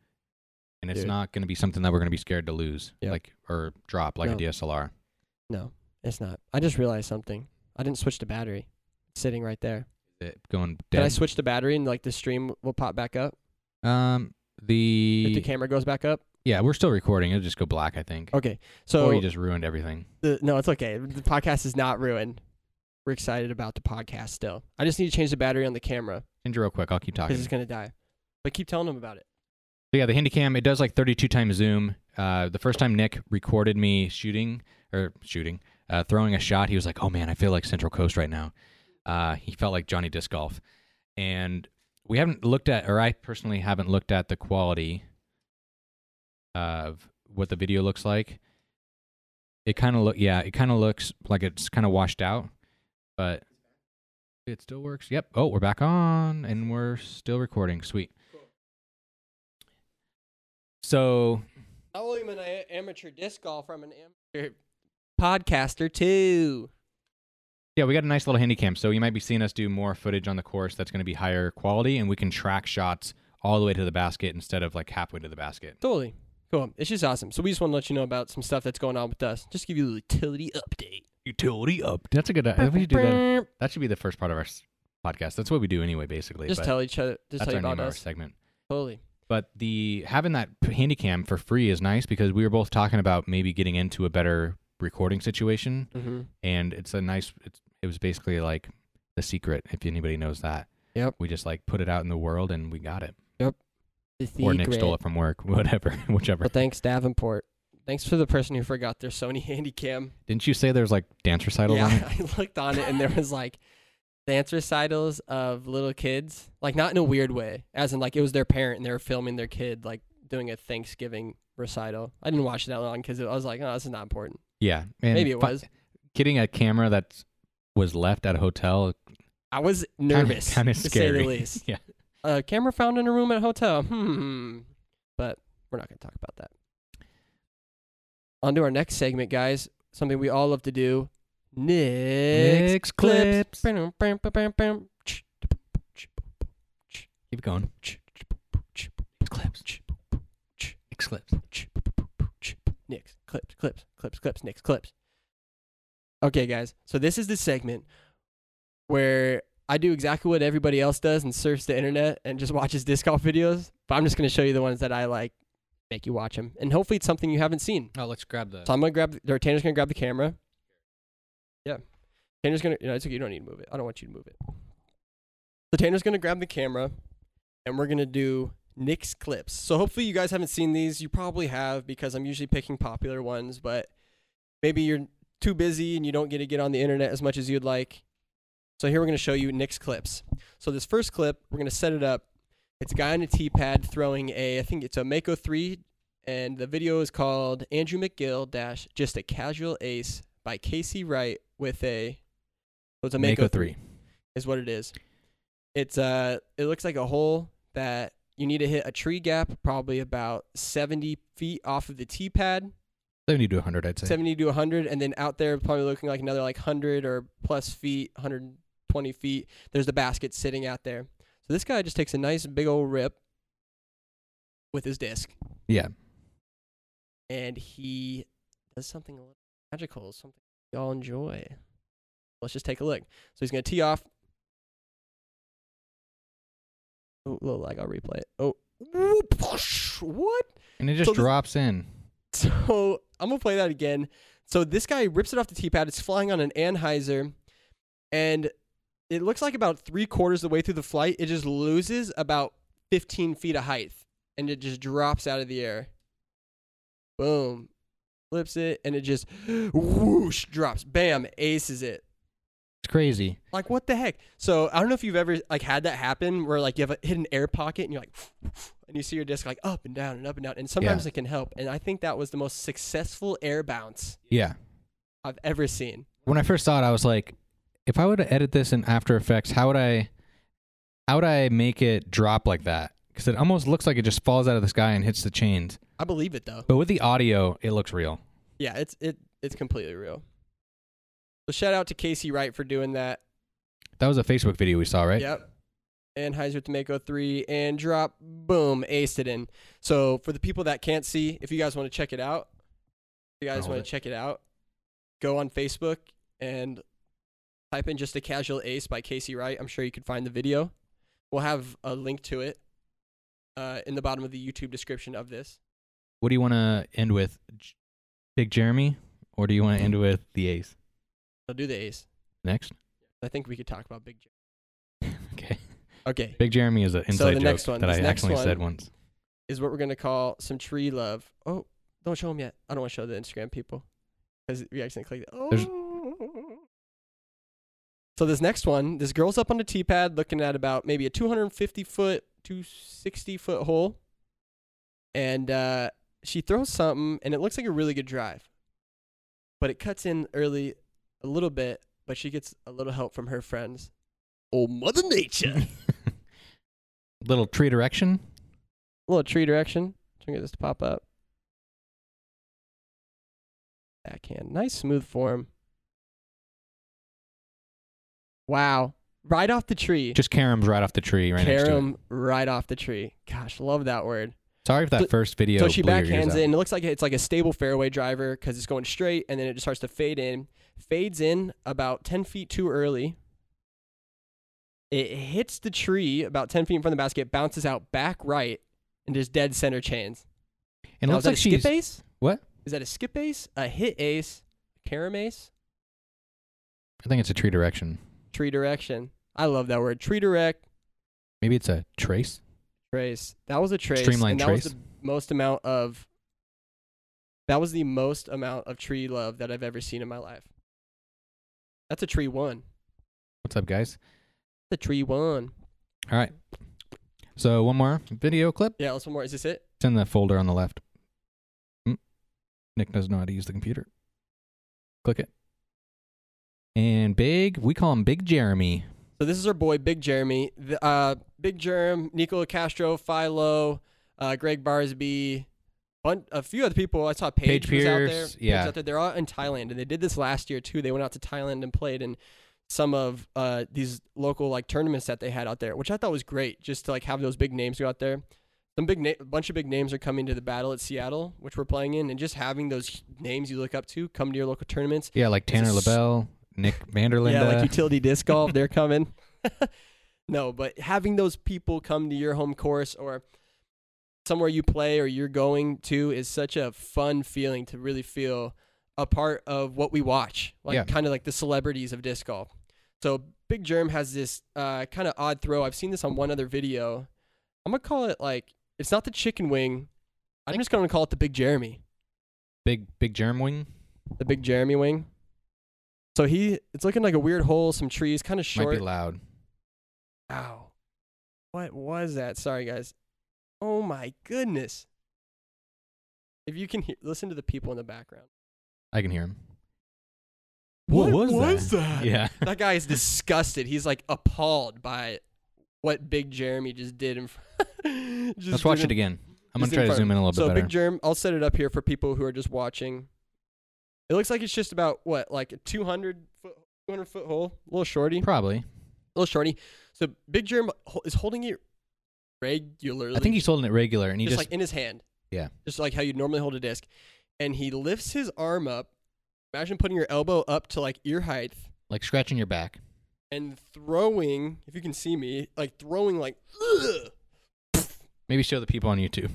Speaker 1: and it's
Speaker 2: Dude.
Speaker 1: not gonna be something that we're gonna be scared to lose,
Speaker 2: Yeah.
Speaker 1: like or drop like
Speaker 2: No.
Speaker 1: a DSLR.
Speaker 2: No, it's not. I just realized something. I didn't switch the battery. It's sitting right there.
Speaker 1: it going
Speaker 2: Can I
Speaker 1: dead.
Speaker 2: switch the battery and like the stream will pop back up
Speaker 1: um,
Speaker 2: if the
Speaker 1: the
Speaker 2: camera goes back up?
Speaker 1: yeah, we're still recording. It'll just go black, I think.
Speaker 2: Okay. So
Speaker 1: or you just ruined everything.
Speaker 2: the, no, it's okay. The podcast is not ruined. We're excited about the podcast still. I just need to change the battery on the camera
Speaker 1: Change it real quick. I'll keep talking.
Speaker 2: because it's gonna die. But keep telling them about it.
Speaker 1: So yeah, the Handycam it does like 32 times zoom. Uh, the first time Nick recorded me shooting or shooting, uh, throwing a shot, he was like, "Oh man, I feel like Central Coast right now." Uh, he felt like Johnny Disc Golf, and we haven't looked at, or I personally haven't looked at the quality of what the video looks like. It kind of look, yeah, it kind of looks like it's kind of washed out, but it still works. Yep. Oh, we're back on, and we're still recording. Sweet. So
Speaker 2: Not only am I an amateur disc golfer, I'm an amateur podcaster too.
Speaker 1: Yeah, we got a nice little handy cam. So you might be seeing us do more footage on the course that's going to be higher quality, and we can track shots all the way to the basket instead of like halfway to the basket.
Speaker 2: Totally. Cool. It's just awesome. So we just want to let you know about some stuff that's going on with us. Just give you a utility update.
Speaker 1: Utility up. That's a good. Uh, we should do that. that should be the first part of our s- podcast. That's what we do anyway, basically.
Speaker 2: Just
Speaker 1: but
Speaker 2: tell each other. Just
Speaker 1: that's
Speaker 2: tell you
Speaker 1: our
Speaker 2: about
Speaker 1: name of our
Speaker 2: us.
Speaker 1: segment.
Speaker 2: Totally.
Speaker 1: But the having that p- handy cam for free is nice because we were both talking about maybe getting into a better recording situation,
Speaker 2: Mm-hmm.
Speaker 1: and it's a nice. It's, it was basically like the secret. If anybody knows that.
Speaker 2: Yep.
Speaker 1: We just like put it out in the world, and we got it.
Speaker 2: It's
Speaker 1: or Nick stole it from work, [laughs] whatever, whichever.
Speaker 2: But thanks, Davenport. Thanks for the person who forgot their Sony [laughs] Handycam.
Speaker 1: Didn't you say there's like dance recitals on it? [laughs]
Speaker 2: Yeah, I looked on it and there was like dance recitals of little kids, like not in a weird way, as in like it was their parent and they were filming their kid like doing a Thanksgiving recital. I didn't watch it that long because I was like, oh, this is not important.
Speaker 1: Yeah, and
Speaker 2: Maybe it
Speaker 1: fi-
Speaker 2: was.
Speaker 1: getting a camera that was left at a hotel.
Speaker 2: I was nervous,
Speaker 1: kinda
Speaker 2: to say
Speaker 1: scary.
Speaker 2: the least.
Speaker 1: Yeah.
Speaker 2: A camera found in a room at a hotel. Hmm. But we're not going to talk about that. On to our next segment, guys. Something we all love to do. Nick's
Speaker 1: Nick's clips. Keep going. Clips. Nick's clips.
Speaker 2: Nick's clips, clips, clips, clips, Nick's clips. Okay, guys. So this is the segment where I do exactly what everybody else does and surfs the internet and just watches disc golf videos. But I'm just gonna show you the ones that I like, make you watch them, and hopefully it's something you haven't seen.
Speaker 1: Oh, let's grab the.
Speaker 2: So I'm gonna grab. Or Tanner's gonna grab the camera. Yeah, Tanner's gonna. You know, it's okay. You don't need to move it. I don't want you to move it. So Tanner's gonna grab the camera, and we're gonna do Nick's clips. So hopefully you guys haven't seen these. You probably have because I'm usually picking popular ones, but maybe you're too busy and you don't get to get on the internet as much as you'd like. So here we're gonna show you Nick's clips. So this first clip, we're gonna set it up. It's a guy on a tee pad throwing a, I think it's a Mako three and the video is called Andrew McGill dash just a casual ace by Casey Wright with a so it's a Mako,
Speaker 1: Mako
Speaker 2: three
Speaker 1: three.
Speaker 2: is what it is. It's uh it looks like a hole that you need to hit a tree gap probably about seventy feet off of the tee pad,
Speaker 1: Seventy to hundred, I'd say.
Speaker 2: seventy to hundred, and then out there probably looking like another like hundred or plus feet, hundred and twenty feet. There's the basket sitting out there. So this guy just takes a nice big old rip with his disc
Speaker 1: Yeah.
Speaker 2: and he does something a little magical, something y'all enjoy. Let's just take a look. So he's gonna tee off. Oh, little lag. I'll replay it. Oh, Whoop, whoosh, what?
Speaker 1: And it just
Speaker 2: So this-
Speaker 1: drops in.
Speaker 2: [laughs] So I'm gonna play that again. So this guy rips it off the tee pad. It's flying on an Anheuser, and it looks like about three quarters of the way through the flight, it just loses about 15 feet of height, and it just drops out of the air. Boom, flips it, and it just [gasps] whoosh drops. Bam, aces it.
Speaker 1: It's crazy.
Speaker 2: Like what the heck? So I don't know if you've ever like had that happen where like you have a, hit an air pocket and you're like, [laughs] and you see your disc like up and down and up and down, and sometimes it can help. And I think that was the most successful air bounce
Speaker 1: Yeah.
Speaker 2: I've ever seen.
Speaker 1: When I first saw it, I was like, if I were to edit this in After Effects, how would I, how would I make it drop like that? Because it almost looks like it just falls out of the sky and hits the chains.
Speaker 2: I believe it though.
Speaker 1: But with the audio, it looks real.
Speaker 2: Yeah, it's it it's completely real. So shout out to Casey Wright for doing that.
Speaker 1: That was a Facebook video we saw, right?
Speaker 2: Yep. Anheuser Tomaco three and drop, boom, aced it in. So for the people that can't see, if you guys want to check it out, if you guys
Speaker 1: Hold
Speaker 2: want
Speaker 1: it.
Speaker 2: to check it out, go on Facebook and type in just a casual ace by Casey Wright. I'm sure you can find the video. We'll have a link to it uh, in the bottom of the YouTube description of this.
Speaker 1: What do you want to end with, J- Big Jeremy, or do you want to
Speaker 2: Mm-hmm.
Speaker 1: end with the Ace
Speaker 2: I'll do the ace.
Speaker 1: next? [laughs]
Speaker 2: I think we could talk about Big Jeremy.
Speaker 1: okay,
Speaker 2: Okay,
Speaker 1: Big Jeremy is an inside
Speaker 2: the
Speaker 1: joke
Speaker 2: next one,
Speaker 1: that
Speaker 2: this
Speaker 1: I
Speaker 2: next
Speaker 1: accidentally said
Speaker 2: one-
Speaker 1: once.
Speaker 2: is what we're gonna call some tree love. Oh, don't show them yet. I don't want to show the Instagram people because we accidentally clicked.
Speaker 1: There's-
Speaker 2: Oh. So this next one, this girl's up on a tee pad looking at about maybe a 250 foot, 260 foot hole, and uh, she throws something, and it looks like a really good drive, but it cuts in early a little bit, but she gets a little help from her friends. Oh, Mother Nature!
Speaker 1: [laughs] Little tree direction.
Speaker 2: little tree direction. Trying to get this to pop up. Backhand. Nice smooth form. Wow. Right off the tree.
Speaker 1: Just caroms right off the tree right next to it.
Speaker 2: Carom right off the tree. Gosh, love that word.
Speaker 1: Sorry if that
Speaker 2: So-
Speaker 1: first video
Speaker 2: so she
Speaker 1: blew your ears
Speaker 2: backhands
Speaker 1: out.
Speaker 2: it, and it looks like it's like a stable fairway driver because it's going straight, and then it just starts to fade in. Fades in about 10 feet too early. It hits the tree about 10 feet in front of the basket, bounces out back right, and just dead center chains.
Speaker 1: And it
Speaker 2: Now,
Speaker 1: looks
Speaker 2: is that
Speaker 1: like
Speaker 2: a skip
Speaker 1: she's
Speaker 2: ace?
Speaker 1: What?
Speaker 2: Is that a skip ace, a hit ace, carom ace,
Speaker 1: I think it's a tree direction.
Speaker 2: tree direction? I love that word. Tree direct,
Speaker 1: Maybe it's a trace.
Speaker 2: trace. That was a trace.
Speaker 1: Streamline
Speaker 2: and that was
Speaker 1: trace.
Speaker 2: the most amount of that was the most amount of tree love that I've ever seen in my life. That's a tree one.
Speaker 1: What's up, guys?
Speaker 2: The tree one.
Speaker 1: All right. So one more video clip.
Speaker 2: Yeah, let's one more. Is this it?
Speaker 1: It's in the folder on the left. Mm. Nick doesn't know how to use the computer. Click it. And big, we call him Big Jeremy.
Speaker 2: So this is our boy Big Jeremy, the, uh, Big Germ, Nicola Castro, Philo, uh, Greg Barsby, bun- a few other people. I saw Paige,
Speaker 1: Paige
Speaker 2: was out there.
Speaker 1: Pierce,
Speaker 2: Paige
Speaker 1: yeah.
Speaker 2: was out there. They're all in Thailand, and they did this last year too. They went out to Thailand and played in some of uh, these local like tournaments that they had out there, which I thought was great. Just to like have those big names go out there. Some big na- a bunch of big names are coming to the battle at Seattle, which we're playing in, and just having those names you look up to come to your local tournaments
Speaker 1: Yeah, like
Speaker 2: This
Speaker 1: Tanner
Speaker 2: is-
Speaker 1: LaBelle, Nick Vanderlinde.
Speaker 2: yeah, like utility disc golf, they're coming. no, but having those people come to your home course or somewhere you play or you're going to is such a fun feeling to really feel a part of what we watch, like
Speaker 1: Yeah.
Speaker 2: kind of like the celebrities of disc golf. So Big Germ has this uh, kind of odd throw. I've seen this on one other video. I'm gonna call it like it's not the chicken wing. I'm just gonna call it the Big Jeremy
Speaker 1: [laughs] big, Big Germ Wing.
Speaker 2: the big Jeremy wing. So he, it's looking like a weird hole, some trees, kind of
Speaker 1: Might
Speaker 2: short.
Speaker 1: be loud.
Speaker 2: Ow. What was that? Sorry, guys. Oh my goodness. If you can hear, listen to the people in the background.
Speaker 1: I can hear him.
Speaker 2: What was that?
Speaker 1: Yeah.
Speaker 2: [laughs] That guy is disgusted. He's like appalled by what Big Jeremy just did. In [laughs] front.
Speaker 1: Let's watch it again. I'm going
Speaker 2: just
Speaker 1: to
Speaker 2: in
Speaker 1: try to
Speaker 2: front.
Speaker 1: zoom in a little
Speaker 2: so
Speaker 1: bit better.
Speaker 2: Big Germ, I'll set it up here for people who are just watching. It looks like it's just about what, like a 200 foot, 200 foot hole, a little shorty.
Speaker 1: Probably.
Speaker 2: little shorty. So Big Germ ho- is holding it regularly.
Speaker 1: I think he's holding it regular and he
Speaker 2: just,
Speaker 1: just,
Speaker 2: like in his hand.
Speaker 1: Yeah.
Speaker 2: Just like how you'd normally hold a disc. And he lifts his arm up. Imagine putting your elbow up to like ear height
Speaker 1: like scratching your back.
Speaker 2: and throwing, if you can see me, like throwing like [laughs]
Speaker 1: Maybe show the people on YouTube.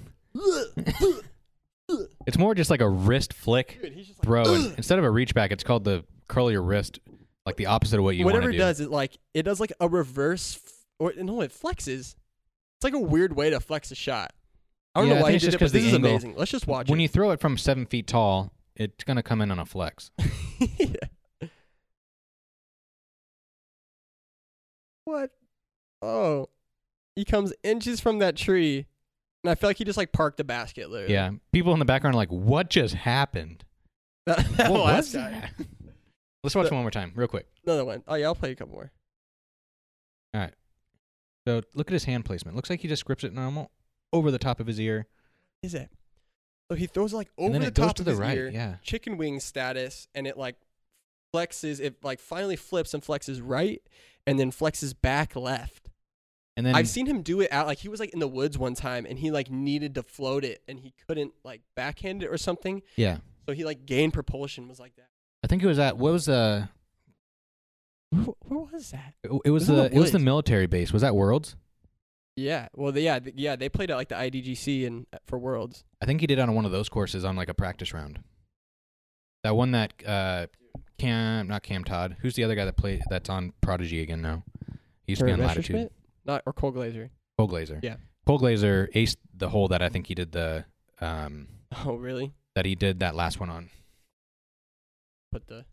Speaker 1: It's more just like a wrist flick
Speaker 2: Dude, he's just like,
Speaker 1: throw. and instead of a reach back, it's called the curl your wrist, like the opposite of what you want
Speaker 2: whatever
Speaker 1: to
Speaker 2: it
Speaker 1: do.
Speaker 2: does, it like it does like a reverse f- or no, it flexes. It's like a weird way to flex a shot. I don't
Speaker 1: Yeah, I
Speaker 2: know why
Speaker 1: think it's
Speaker 2: he did
Speaker 1: just
Speaker 2: it,
Speaker 1: 'cause
Speaker 2: but this
Speaker 1: the
Speaker 2: is
Speaker 1: angle.
Speaker 2: amazing. Let's just watch
Speaker 1: when
Speaker 2: it.
Speaker 1: you throw it from seven feet tall, it's gonna come in on a flex.
Speaker 2: [laughs] what? Oh, he comes inches from that tree, and I feel like he just like parked the basket. Literally.
Speaker 1: Yeah, people in the background are like, "What just happened?
Speaker 2: [laughs] That, [laughs] that
Speaker 1: what
Speaker 2: [laughs]
Speaker 1: was
Speaker 2: last guy.
Speaker 1: that?" [laughs] Let's watch
Speaker 2: The-
Speaker 1: one more time, real quick.
Speaker 2: Another one. Oh yeah, I'll play a couple more.
Speaker 1: So look at his hand placement. Looks like he just grips it normal over the top of his ear,
Speaker 2: Is it? So he throws like over
Speaker 1: and then
Speaker 2: the
Speaker 1: it goes
Speaker 2: top
Speaker 1: to
Speaker 2: of
Speaker 1: the
Speaker 2: his
Speaker 1: right.
Speaker 2: ear,
Speaker 1: Yeah,
Speaker 2: chicken wing status, and it like flexes. It like finally flips and flexes right, and then flexes back left.
Speaker 1: and then
Speaker 2: I've seen him do it out like he was like in the woods one time and he like needed to float it and he couldn't like backhand it or something.
Speaker 1: yeah,
Speaker 2: So he like gained propulsion was like that.
Speaker 1: I think it was at what was the
Speaker 2: Where, where was that?
Speaker 1: It, it was
Speaker 2: It was in
Speaker 1: the
Speaker 2: the
Speaker 1: it was the
Speaker 2: woods.
Speaker 1: military base. Was that Worlds?
Speaker 2: Yeah. Well, they, yeah, th- yeah. They played at like the IDGC and uh, for Worlds.
Speaker 1: I think he did on one of those courses on like a practice round. That one that uh Cam not Cam Todd. Who's the other guy that played that's on Prodigy again now? He used to be
Speaker 2: Kurt
Speaker 1: on Latitude.
Speaker 2: Messerschmitt? Not or Cole Glazer. [laughs]
Speaker 1: Cole Glazer.
Speaker 2: Yeah.
Speaker 1: Cole Glazer aced the hole that I think he did the um
Speaker 2: Oh, really?
Speaker 1: that he did that last one on.
Speaker 2: Put the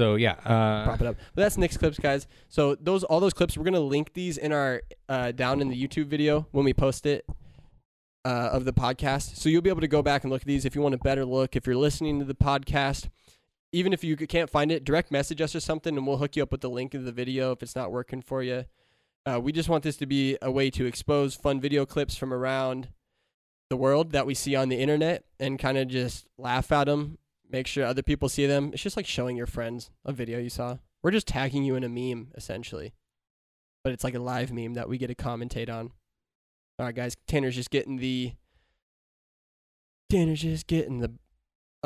Speaker 1: So yeah, uh
Speaker 2: prop it up. But that's Nick's clips, guys. So those all those clips, we're gonna link these in our uh, down in the YouTube video when we post it uh, of the podcast. So you'll be able to go back and look at these if you want a better look. If you're listening to the podcast, even if you c- can't find it, direct message us or something, and we'll hook you up with the link of the video if it's not working for you. Uh, we just want this to be a way to expose fun video clips from around the world that we see on the internet and kind of just laugh at them make sure other people see them. It's just like showing your friends a video you saw. We're just tagging you in a meme, essentially. But it's like a live meme that we get to commentate on. All right, guys. Tanner's just getting the. Tanner's just getting the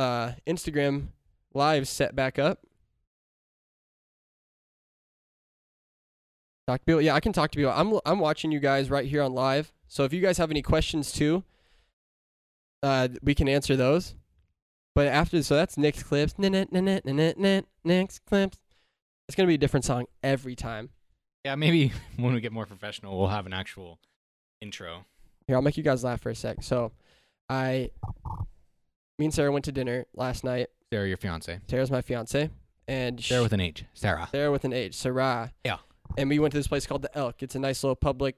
Speaker 2: uh, Instagram live set back up. Talk to people. Yeah, I can talk to people. I'm I'm watching you guys right here on live. So if you guys have any questions too, uh, we can answer those. But after, so that's Nick's clips. Nah, nah, nah, nah, nah, nah, Nick's clips. It's gonna be a different song every time.
Speaker 1: yeah, maybe [laughs] when we get more professional we'll have an actual intro.
Speaker 2: Here, I'll make you guys laugh for a sec. So, I, me and Sarah went to dinner last night.
Speaker 1: Sarah, your fiance.
Speaker 2: Sarah's my fiance, and
Speaker 1: Sarah
Speaker 2: she-
Speaker 1: with an H. Sarah.
Speaker 2: Sarah with an H, Sarah.
Speaker 1: Yeah.
Speaker 2: And we went to this place called the Elk. It's a nice little public,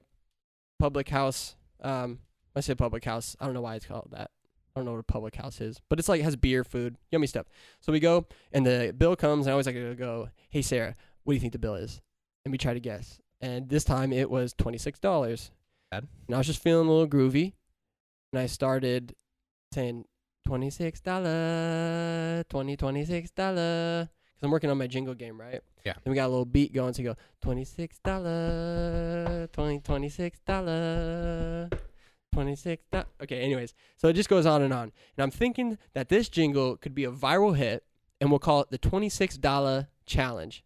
Speaker 2: public house. Um, I say public house. I don't know why it's called that. I don't know what a public house is, but it's like it has beer, food, yummy stuff. So we go, and the bill comes, and I always like to go, "Hey Sarah, what do you think the bill is?" And we try to guess. And this time it was twenty six dollars.
Speaker 1: Bad.
Speaker 2: And I was just feeling a little groovy, and I started saying twenty six dollar, twenty twenty six dollar, because I'm working on my jingle game, right? Then we got a little beat going. So you go twenty six dollar, twenty twenty six dollar, twenty six dollar. Okay, anyways, so it just goes on and on. And I'm thinking that this jingle could be a viral hit, and we'll call it the twenty six dollar challenge.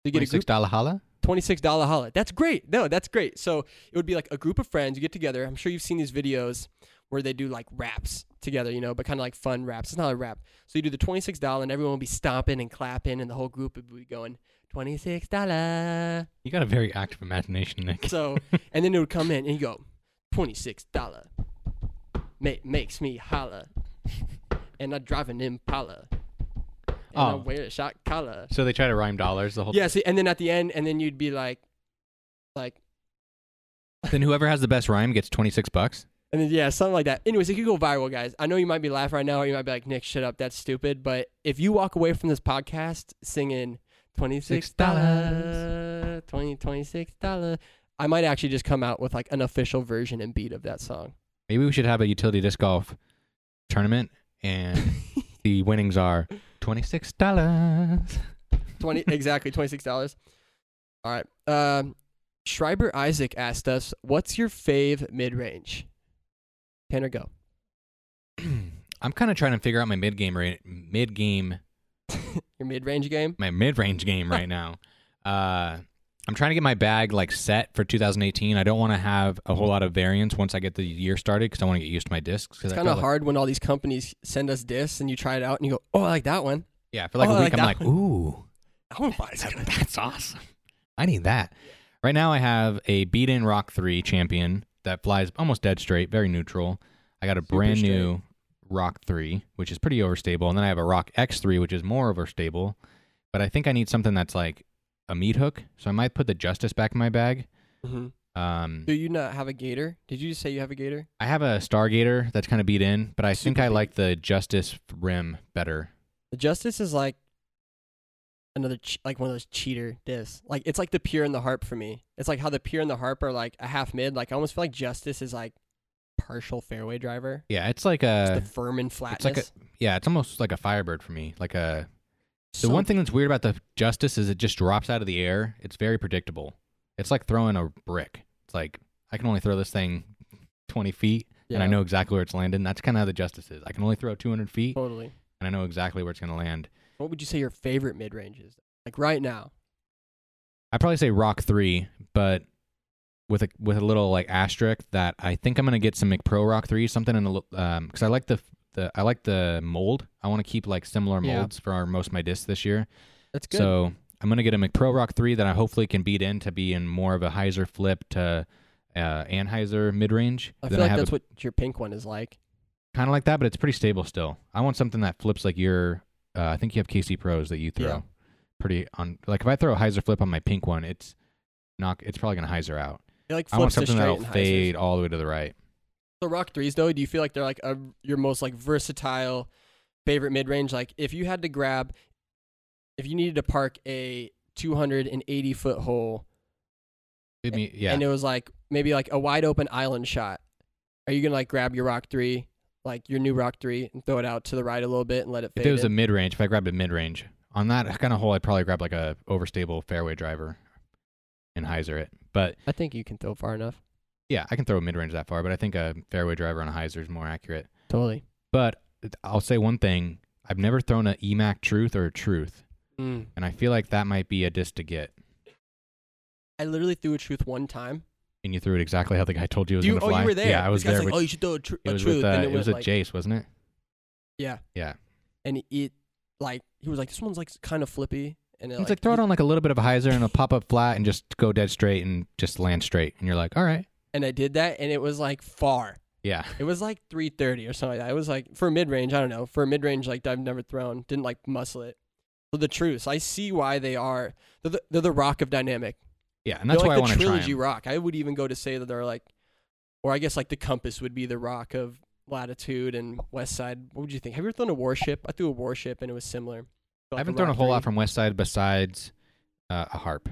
Speaker 2: So you get a group
Speaker 1: Twenty-six dollar holla.
Speaker 2: twenty-six dollar holla. That's great. No, that's great. So it would be like a group of friends. You get together. I'm sure you've seen these videos where they do like raps together, you know, but kind of like fun raps. It's not a rap. So you do the twenty-six dollar, and everyone would be stomping and clapping, and the whole group would be going twenty-six dollar.
Speaker 1: You got a very active imagination, Nick. [laughs]
Speaker 2: So and then it would come in, and you go twenty-six dollar. Ma- makes me holla, and I drive an Impala, and I
Speaker 1: Oh.
Speaker 2: wear a shot collar.
Speaker 1: So they try to rhyme dollars the whole
Speaker 2: Yeah. See, and then at the end, and then you'd be like, like.
Speaker 1: Then whoever has the best rhyme gets 26 bucks.
Speaker 2: And then, yeah, something like that. Anyways, it could go viral, guys. I know you might be laughing right now, or you might be like, Nick, shut up, that's stupid. But if you walk away from this podcast singing $26,
Speaker 1: $26.
Speaker 2: $20, $26, I might actually just come out with like an official version and beat of
Speaker 1: [laughs]
Speaker 2: that song.
Speaker 1: Maybe we should have a utility disc golf tournament and [laughs] the winnings are $26. [laughs]
Speaker 2: 20 Exactly, $26. All right. Um, Schreiber Isaac asked us, what's your fave mid range? Tanner, go.
Speaker 1: I'm kind of trying to figure out my mid game ra- mid game
Speaker 2: Your mid range game?
Speaker 1: my mid range game
Speaker 2: [laughs]
Speaker 1: right now. Uh I'm trying to get my bag like set for 2018. I don't want to have a whole lot of variance once I get the year started because I want to get used to my discs. 'cause
Speaker 2: It's
Speaker 1: I
Speaker 2: kind
Speaker 1: felt
Speaker 2: of
Speaker 1: like-
Speaker 2: hard when all these companies send us discs and you try it out and you go, oh, I like that one.
Speaker 1: yeah, for like
Speaker 2: Oh,
Speaker 1: a
Speaker 2: I
Speaker 1: week,
Speaker 2: like
Speaker 1: I'm
Speaker 2: that
Speaker 1: like, ooh,
Speaker 2: [laughs] That one body's
Speaker 1: That- That's awesome. I need that. Right now, I have a beat in Rock 3 champion that flies almost dead straight, very neutral. I got a
Speaker 2: Super
Speaker 1: brand new Rock 3, which is pretty overstable. And then I have a Rock X3, which is more overstable. But I think I need something that's like a meat hook. So I might put the Justice back in my bag.
Speaker 2: Mm-hmm.
Speaker 1: Um,
Speaker 2: Do you not have a gator? Did you just say you have a gator?
Speaker 1: I have a Stargator that's kind of beat in, but I think
Speaker 2: Super
Speaker 1: I
Speaker 2: beat.
Speaker 1: like the Justice rim better.
Speaker 2: The justice is like another ch- like one of those cheater discs. Like it's like the pure and the harp for me. It's like how the pure and the harp are like a half mid. Like I almost feel like justice is like partial fairway driver.
Speaker 1: Yeah, it's like
Speaker 2: It's
Speaker 1: a
Speaker 2: the firm and
Speaker 1: it's
Speaker 2: flatness.
Speaker 1: like a yeah, it's almost like a Firebird for me, like a The
Speaker 2: Some-
Speaker 1: one thing that's weird about the Justice is it just drops out of the air. It's very predictable. It's like throwing a brick. It's like I can only throw this thing 20 feet, and I
Speaker 2: Yeah,
Speaker 1: know exactly where it's landing. That's kind of how the Justice is. I can only throw 200 feet,
Speaker 2: totally.
Speaker 1: and I know exactly where it's going to land.
Speaker 2: What would you say your favorite mid range is? Like right now.
Speaker 1: I'd probably say Rock Three, but with a with a little like asterisk that I think I'm gonna get some McPro Rock Three something in the li- um because I like the the I like the mold. I want to keep like similar
Speaker 2: Yeah.
Speaker 1: molds for our, most of my discs this year.
Speaker 2: That's good.
Speaker 1: So I'm gonna get a McPro Rock Three that I hopefully can beat in to be in more of a Heiser flip to uh, Anheuser mid range.
Speaker 2: I feel like that's what your pink one is like.
Speaker 1: kind of like that, but it's pretty stable still. I want something that flips like your. Uh, I think you have KC Pros that you throw
Speaker 2: Yeah.
Speaker 1: pretty on. Like if I throw a Heiser flip on my pink one, it's knock. It's probably gonna Heiser out.
Speaker 2: It like
Speaker 1: I want
Speaker 2: flips
Speaker 1: something
Speaker 2: to straight
Speaker 1: that'll
Speaker 2: and
Speaker 1: fade
Speaker 2: fade.
Speaker 1: all the way to the right.
Speaker 2: So rock threes though, do you feel like they're like a, your most like versatile favorite mid range? Like if you had to grab, if you needed to park a 280 foot hole
Speaker 1: I mean, yeah,
Speaker 2: and it was like maybe like a wide open island shot. Are you gonna like grab your rock three, like your new rock three, and throw it out to the right a little bit and let it fade?
Speaker 1: if it was a
Speaker 2: in?
Speaker 1: mid range, if I grabbed a mid range on that kind of hole, I'd probably grab like a overstable fairway driver and Heiser it. But
Speaker 2: I think you can throw far enough.
Speaker 1: yeah, I can throw a mid range that far. But I think a fairway driver on a Heiser is more accurate.
Speaker 2: Totally.
Speaker 1: But I'll say one thing: I've never thrown an Emac Truth or a Truth,
Speaker 2: Mm.
Speaker 1: and I feel like that might be a disc to get.
Speaker 2: I literally threw a truth one time.
Speaker 1: and you threw it exactly how the guy told you it was
Speaker 2: Do you,
Speaker 1: gonna
Speaker 2: oh,
Speaker 1: fly.
Speaker 2: you were there.
Speaker 1: Yeah, I was
Speaker 2: this guy's
Speaker 1: there.
Speaker 2: Like,
Speaker 1: with-
Speaker 2: oh, you should throw a, tr-
Speaker 1: it
Speaker 2: a
Speaker 1: was
Speaker 2: truth.
Speaker 1: with uh,
Speaker 2: and
Speaker 1: it was a
Speaker 2: like,
Speaker 1: Jace, wasn't it?
Speaker 2: Yeah.
Speaker 1: Yeah.
Speaker 2: And it, like, he was like, this one's like kind of flippy. And it,
Speaker 1: It's like throw it on like a little bit of a hyzer and it'll pop up flat and just go dead straight and just land straight. And you're like, all right,
Speaker 2: And I did that, and it was like far.
Speaker 1: yeah,
Speaker 2: It was like 330 or something like that. It was like for mid range, I don't know. For mid range, like I've never thrown, didn't like muscle it. So the truce, I see why they are. They're the, they're the rock of dynamic.
Speaker 1: yeah. And that's
Speaker 2: they're
Speaker 1: why
Speaker 2: like
Speaker 1: I want
Speaker 2: the
Speaker 1: to try.
Speaker 2: trilogy
Speaker 1: 'em.
Speaker 2: rock. I would even go to say that they're like, or I guess like the compass would be the rock of latitude and west side. What would you think? Have you ever thrown a warship? I threw a warship and it was similar. So,
Speaker 1: I
Speaker 2: like,
Speaker 1: haven't thrown a
Speaker 2: rock
Speaker 1: whole
Speaker 2: three.
Speaker 1: lot from West Side besides uh, a harp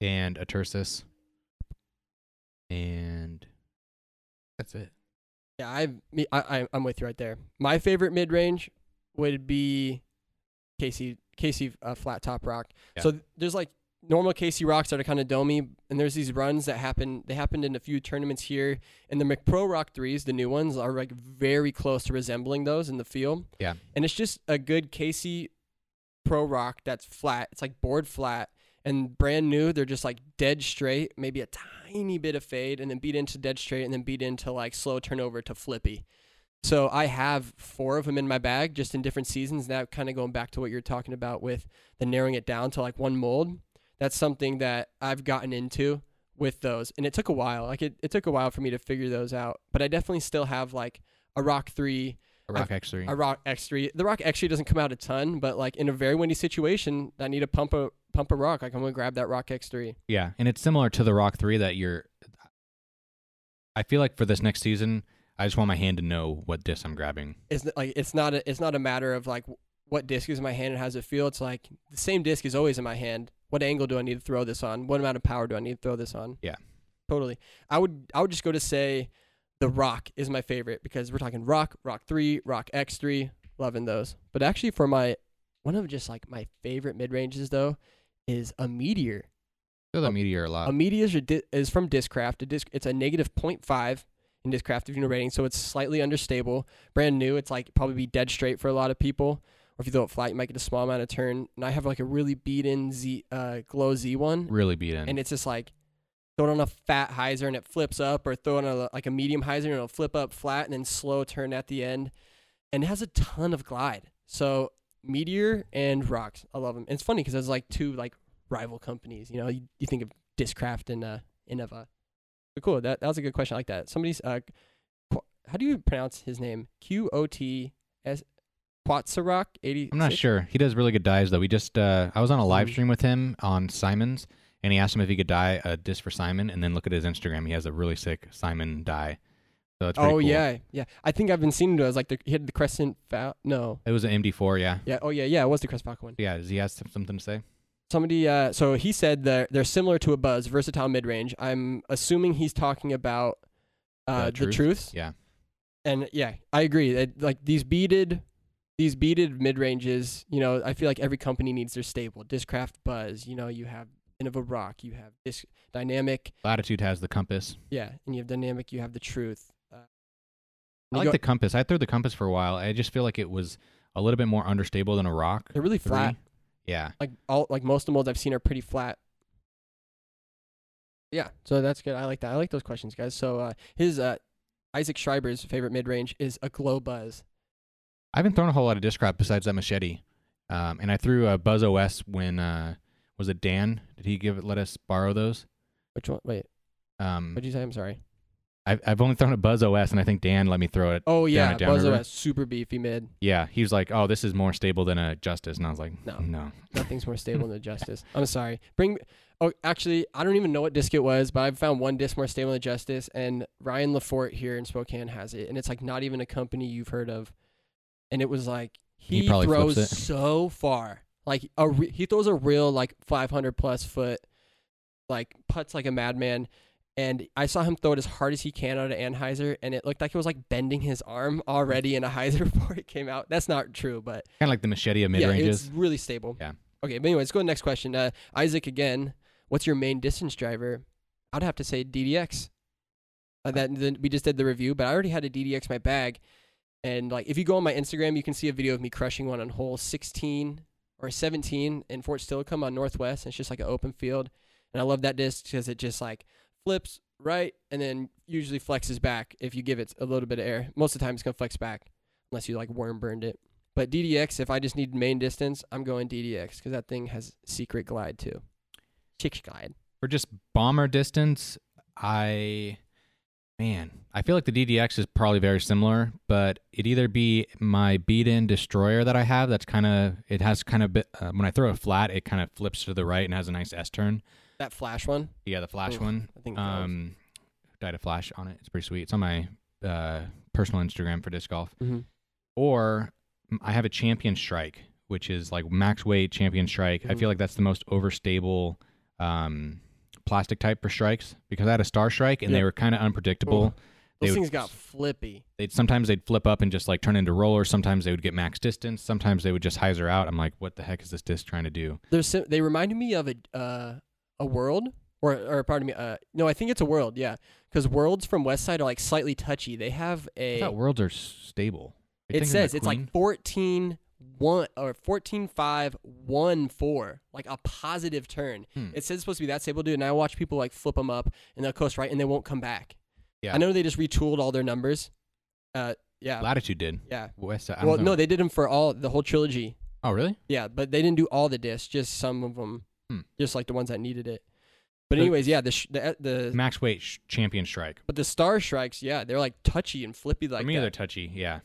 Speaker 1: and a Tursus, and that's it.
Speaker 2: Yeah, I, me, I, I, I'm with you right there. My favorite mid range would be Casey, Casey uh, flat top rock.
Speaker 1: Yeah.
Speaker 2: So th- there's like normal Casey rocks that are kind of domey, and there's these runs that happen. They happened in a few tournaments here, and the McPro Rock threes, the new ones, are like very close to resembling those in the field.
Speaker 1: Yeah.
Speaker 2: and it's just a good Casey Pro Rock that's flat. It's like board flat and brand new. They're just like dead straight, maybe a tiny bit of fade, and then beat into dead straight, and then beat into like slow turnover to flippy. So I have four of them in my bag, just in different seasons. Now, kind of going back to what you're talking about with the narrowing it down to like one mold. That's something that I've gotten into with those, and it took a while. Like it, it took a while for me to figure those out, but I definitely still have like a rock three
Speaker 1: A Rock X three.
Speaker 2: a Rock X3. The Rock X3 doesn't come out a ton, but like in a very windy situation, I need to pump a pump a rock. Like I'm gonna grab that Rock X3.
Speaker 1: Yeah, and it's similar to the Rock Three that you're. I feel like for this next season, I just want my hand to know what disc I'm grabbing.
Speaker 2: It's n- like it's not a it's not a matter of like what disc is in my hand and how does it feel. It's like the same disc is always in my hand. What angle do I need to throw this on? What amount of power do I need to throw this on?
Speaker 1: Yeah.
Speaker 2: totally. I would I would just go to say the Rock is my favorite because we're talking Rock, Rock Three, Rock X3, loving those. But actually, for my one of just like my favorite mid ranges though is a Meteor.
Speaker 1: Feel
Speaker 2: A-
Speaker 1: that meteor a lot.
Speaker 2: A media is, your di- is from Discraft. A disc, it's a negative 0.5 in Discraft unit rating, so it's slightly understable. Brand new, it's like probably be dead straight for a lot of people. Or if you throw it flat, you might get a small amount of turn. And I have like a really beaten Z, uh, glow Z one,
Speaker 1: really beat in.
Speaker 2: and it's just like throw it on a fat hyzer and it flips up, or throw it on a, like a medium hyzer and it'll flip up flat and then slow turn at the end. And it has a ton of glide. So Meteor and Rocks, I love them. And it's funny because it's like two like rival companies. You know, you, you think of Discraft and uh, Innova. But cool, that, that was a good question. I like that. Somebody's uh, Qu- how do you pronounce his name? Q O T S Quatsarok eighty.
Speaker 1: I'm not sure. He does really good dives though. We just uh, I was on a live
Speaker 2: Mm.
Speaker 1: stream with him on Simon's, and he asked him if he could dye a disc for Simon, and then look at his Instagram. He has a really sick Simon dye. So that's pretty
Speaker 2: Oh
Speaker 1: cool.
Speaker 2: yeah, yeah. I think I've been seeing those. Like the, he had the crescent. Fa- no,
Speaker 1: It was an MD4, yeah.
Speaker 2: Yeah. Oh, yeah. Yeah. It was the Chris Falk one.
Speaker 1: Yeah, does he have some- something to say?
Speaker 2: Somebody. Uh, so he said that they're similar to a buzz, versatile mid range. I'm assuming he's talking about
Speaker 1: The
Speaker 2: uh, the,
Speaker 1: Truth?
Speaker 2: truths.
Speaker 1: Yeah.
Speaker 2: And yeah, I agree. That like these beaded, these beaded mid ranges. You know, I feel like every company needs their staple. Discraft Buzz. You know, you have Innova Rock. You have Disc Dynamic.
Speaker 1: Latitude has the compass.
Speaker 2: Yeah, and you have Dynamic. You have the Truth. Uh,
Speaker 1: I
Speaker 2: you
Speaker 1: like
Speaker 2: go-
Speaker 1: the compass. I threw the compass for a while. I just feel like it was a little bit more understable than a rock.
Speaker 2: they're really
Speaker 1: Three.
Speaker 2: flat.
Speaker 1: Yeah.
Speaker 2: Like all like most of the molds I've seen are pretty flat. Yeah, so that's good. I like that. I like those questions, guys. So uh, his uh, Isaac Schreiber's favorite mid range is a glow buzz.
Speaker 1: I haven't thrown a whole lot of disc crop besides that machete. Um, and I threw a Buzz OS when uh, was it Dan? Did he give it? Let us borrow those.
Speaker 2: Which one? Wait,
Speaker 1: Um,
Speaker 2: what'd you say? I'm sorry.
Speaker 1: I've I've only thrown a Buzz OS, and I think Dan let me throw it.
Speaker 2: Oh yeah,
Speaker 1: it down
Speaker 2: Buzz
Speaker 1: river.
Speaker 2: OS, super beefy mid.
Speaker 1: Yeah, he was like, "Oh, this is more stable than a Justice," and I was like,
Speaker 2: No.
Speaker 1: "No, no." [laughs]
Speaker 2: Nothing's more stable than Justice. I'm sorry. Bring. Oh, actually, I don't even know what disc it was, but I've found one disc more stable than Justice, and Ryan Lafort here in Spokane has it, and it's like not even a company you've heard of, and it was like
Speaker 1: He
Speaker 2: he,
Speaker 1: probably flips
Speaker 2: throws
Speaker 1: it.
Speaker 2: so far, like a re- he throws a real like 500 plus foot, like putts like a madman. And I saw him throw it as hard as he can out of Anheuser, and it looked like it was like bending his arm already in a hyzer [laughs] before it came out. That's not true, but
Speaker 1: Kind of like the machete of mid ranges.
Speaker 2: yeah, it's really stable.
Speaker 1: Yeah.
Speaker 2: Okay, but anyway, let's go to the next question. Uh, Isaac again. What's your main distance driver? I'd have to say DDX. Uh, that then we just did the review, but I already had a DDX in my bag, and like if you go on my Instagram, you can see a video of me crushing one on hole 16 or 17 in Fort Stillcombe on Northwest. And it's just like an open field, and I love that disc because it just like flips right and then usually flexes back if you give it a little bit of air. Most of the time, it's gonna flex back unless you like worm burned it. But DDX, if I just need main distance, I'm going DDX because that thing has secret glide too. Chick glide.
Speaker 1: For just bomber distance, I man, I feel like the DDX is probably very similar, but it would either be my beat-in destroyer that I have. That's kind of it has kind of bit, uh, when I throw a flat, it kind of flips to the right and has a nice S turn.
Speaker 2: That flash one.
Speaker 1: Yeah, the flash
Speaker 2: Oof,
Speaker 1: one.
Speaker 2: I think that was-
Speaker 1: Um, died a flash on it. It's pretty sweet. It's on my uh, personal Instagram for disc golf.
Speaker 2: Mhm.
Speaker 1: Or mm, I have a champion strike, which is like max weight champion strike. I
Speaker 2: Mhm.
Speaker 1: feel like that's the most overstable um, plastic type for strikes because I had a star strike and they
Speaker 2: Yep.
Speaker 1: were kind of unpredictable. They
Speaker 2: Those
Speaker 1: would-
Speaker 2: things got flippy.
Speaker 1: They'd sometimes they'd flip up and just like turn into rollers. Sometimes they would get max distance. Sometimes they would just hyzer out. I'm like, what the heck is this disc trying to do?
Speaker 2: They're sim- they reminded me of a uh, a world or or pardon me. Uh, no, I think it's a world. Yeah, because worlds from West Side are like slightly touchy. They have
Speaker 1: I
Speaker 2: a.
Speaker 1: thought worlds are stable. I
Speaker 2: it
Speaker 1: think in the
Speaker 2: says it's
Speaker 1: queen-
Speaker 2: like 14 1 or 14 5 1 4 like a positive turn
Speaker 1: Hmm.
Speaker 2: it says it's supposed to be that stable dude and i watch people like flip them up and they'll coast right and they won't come back
Speaker 1: Yeah.
Speaker 2: i know they just retooled all their numbers uh yeah
Speaker 1: latitude did.
Speaker 2: yeah
Speaker 1: West. I don't
Speaker 2: well
Speaker 1: know.
Speaker 2: no they did them for all the whole trilogy
Speaker 1: Oh, really?
Speaker 2: yeah but they didn't do all the discs just some of them
Speaker 1: Hmm.
Speaker 2: just like the ones that needed it but
Speaker 1: The-
Speaker 2: anyways yeah the sh- the, the
Speaker 1: Max weight sh- champion strike.
Speaker 2: but the star strikes yeah they're like touchy and flippy like
Speaker 1: For me,
Speaker 2: that.
Speaker 1: they're touchy. Yeah,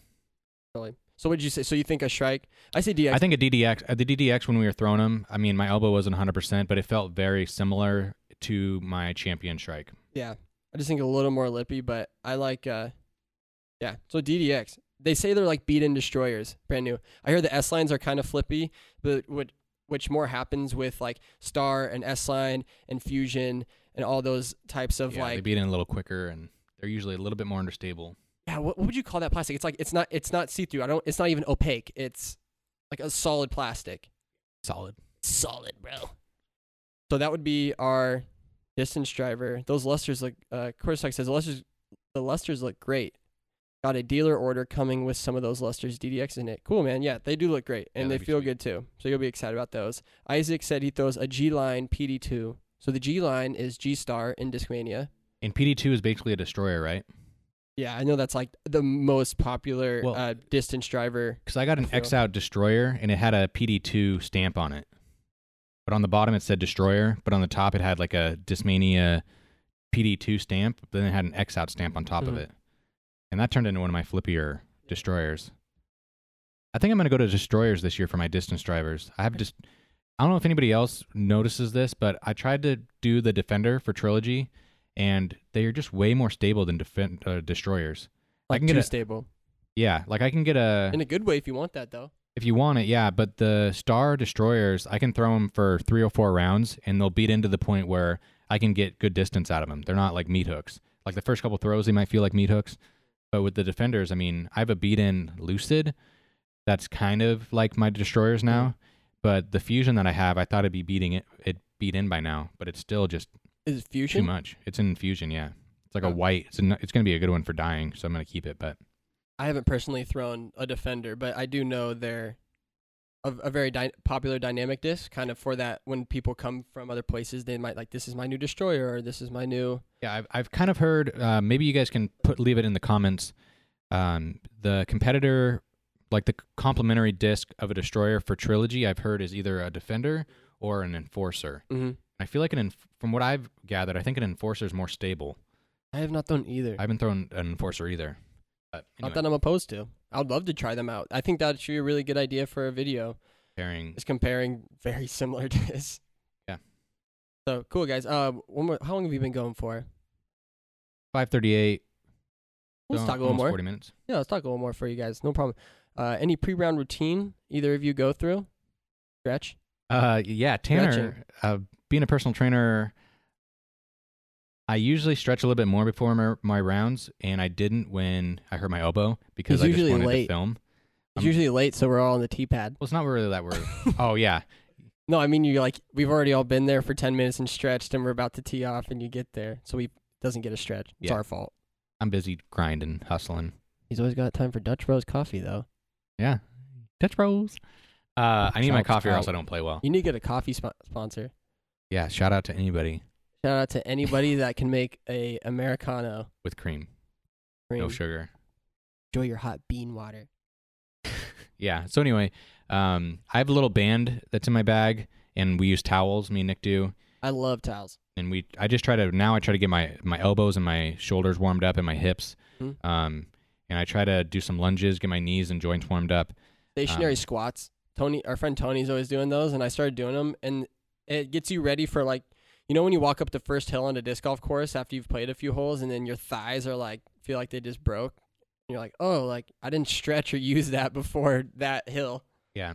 Speaker 2: really. so what did you say so you think a strike i say dx
Speaker 1: I think a DDX, uh, the DDX when we were throwing them. I mean, my elbow wasn't 100, percent but it felt very similar to my champion strike.
Speaker 2: Yeah. I just think a little more lippy, but I like uh yeah. So DDX. They say they're like beat in destroyers, brand new. I hear the S lines are kind of flippy, but what which more happens with like star and S line and fusion and all those types of
Speaker 1: yeah, they
Speaker 2: like
Speaker 1: beat in a little quicker, and they're usually a little bit more understable.
Speaker 2: yeah, what, what would you call that plastic? It's like it's not it's not see through. I don't it's not even opaque. It's like a solid plastic.
Speaker 1: Solid.
Speaker 2: Solid, bro. So that would be our distance driver. Those lusters look. Uh, Corsac says the lusters, the lusters look great. Got a dealer order coming with some of those lusters DDX in it. Cool, man. Yeah, they do look great,
Speaker 1: Yeah,
Speaker 2: and they
Speaker 1: that'd be
Speaker 2: feel
Speaker 1: sweet.
Speaker 2: good too. So you'll be excited about those. Isaac said he throws a G line PD two. So the G line is G star in Discmania.
Speaker 1: And PD2 is basically a destroyer, right?
Speaker 2: Yeah, I know that's like the most popular
Speaker 1: Well-
Speaker 2: uh, distance driver.
Speaker 1: Because I got an
Speaker 2: feel-
Speaker 1: X out destroyer, and it had a PD2 stamp on it. But on the bottom it said destroyer, but on the top it had like a Dismania PD2 stamp. But then it had an X out stamp on top of
Speaker 2: Mhm.
Speaker 1: it, and that turned into one of my flippier destroyers. I think I'm gonna go to destroyers this year for my distance drivers. I have just I don't know if anybody else notices this, but I tried to do the defender for trilogy, and they are just way more stable than defend uh, destroyers. I
Speaker 2: Like
Speaker 1: can get
Speaker 2: too
Speaker 1: a-
Speaker 2: stable
Speaker 1: Yeah, like I can get a
Speaker 2: in a good way if you want that though.
Speaker 1: if you want it, yeah. But the Star Destroyers, I can throw them for three or four rounds, and they'll beat into the point where I can get good distance out of them. They're not like meat hooks. Like the first couple throws, they might feel like meat hooks. But with the Defenders, I mean, I have a beat in Lucid that's kind of like my Destroyers now. But the Fusion that I have, I thought it'd be beating it, it beat in by now, but it's still just
Speaker 2: Is it
Speaker 1: too
Speaker 2: fusion?
Speaker 1: much. It's in Fusion, yeah. It's like a
Speaker 2: Oh.
Speaker 1: white. It's, an, it's going to be a good one for dying, so I'm going to keep it. But
Speaker 2: I haven't personally thrown a defender, but I do know they're a, a very dy- popular dynamic disc, kind of for that when people come from other places, they might like this is my new destroyer or this is my new
Speaker 1: Yeah, I've, I've kind of heard. Uh, maybe you guys can put leave it in the comments. Um, the competitor, like the complementary disc of a destroyer for trilogy, I've heard is either a defender or an enforcer.
Speaker 2: Mhm.
Speaker 1: I feel like an enf- from what I've gathered, I think an enforcer is more stable.
Speaker 2: I have not done either.
Speaker 1: I haven't thrown an enforcer either. But
Speaker 2: Not
Speaker 1: anyway,
Speaker 2: that I'm opposed to. I'd love to try them out. I think that should be a really good idea for a video,
Speaker 1: pairing.
Speaker 2: is comparing very [laughs] similar discs.
Speaker 1: Yeah.
Speaker 2: So cool, guys. Uh, one more, how long have you been going for?
Speaker 1: Five thirty-eight.
Speaker 2: Let's talk a little more.
Speaker 1: Forty minutes.
Speaker 2: Yeah, let's talk a little more for you guys. No problem. Uh, any pre-round routine either of you go through? Stretch.
Speaker 1: Uh, yeah, Tanner. Uh, being a personal trainer, I usually stretch a little bit more before my, my rounds, and I didn't when I hurt my elbow because
Speaker 2: He's
Speaker 1: I just
Speaker 2: usually
Speaker 1: wanted
Speaker 2: late.
Speaker 1: to film.
Speaker 2: It's
Speaker 1: Um,
Speaker 2: usually late, so we're all on the T pad.
Speaker 1: Well, it's not really
Speaker 2: [laughs]
Speaker 1: that we're. oh yeah,
Speaker 2: No, I mean you like we've already all been there for ten minutes and stretched, and we're about to tee off, and you get there, so he doesn't get a stretch. It's
Speaker 1: Yeah.
Speaker 2: our fault.
Speaker 1: I'm busy grinding, hustling.
Speaker 2: He's always got time for Dutch Bros coffee though.
Speaker 1: Yeah, Dutch Bros. Uh, I need my
Speaker 2: Shouts
Speaker 1: coffee, or else
Speaker 2: out.
Speaker 1: I don't play well.
Speaker 2: You need to get a coffee spo- sponsor.
Speaker 1: Yeah, shout out to anybody
Speaker 2: Shout out to anybody that can make a americano.
Speaker 1: with cream,
Speaker 2: Green.
Speaker 1: no sugar.
Speaker 2: Enjoy your hot bean water.
Speaker 1: Yeah. So anyway, um, I have a little band that's in my bag, and we use towels. Me and Nick do.
Speaker 2: I love towels.
Speaker 1: and we I just try to now I try to get my my elbows and my shoulders warmed up and my hips,
Speaker 2: Mhm.
Speaker 1: um, and I try to do some lunges, get my knees and joints warmed up.
Speaker 2: Stationary
Speaker 1: Um,
Speaker 2: squats. Tony, our friend Tony's always doing those, and I started doing them, and it gets you ready for like, you know, when you walk up the first hill on a disc golf course after you've played a few holes, and then your thighs are like feel like they just broke. And you're like, oh, like I didn't stretch or use that before that hill.
Speaker 1: Yeah.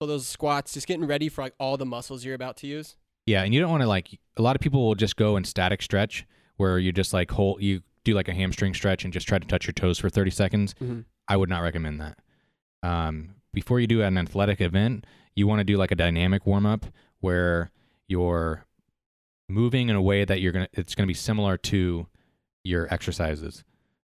Speaker 2: So those squats, just getting ready for like all the muscles you're about to use.
Speaker 1: Yeah, and you don't want to like a lot of people will just go in static stretch where you just like hold you do like a hamstring stretch and just try to touch your toes for 30 seconds.
Speaker 2: Mhm.
Speaker 1: I would not recommend that. Um, before you do an athletic event, you want to do like a dynamic warm up where you're moving in a way that you're gonna it's gonna be similar to your exercises.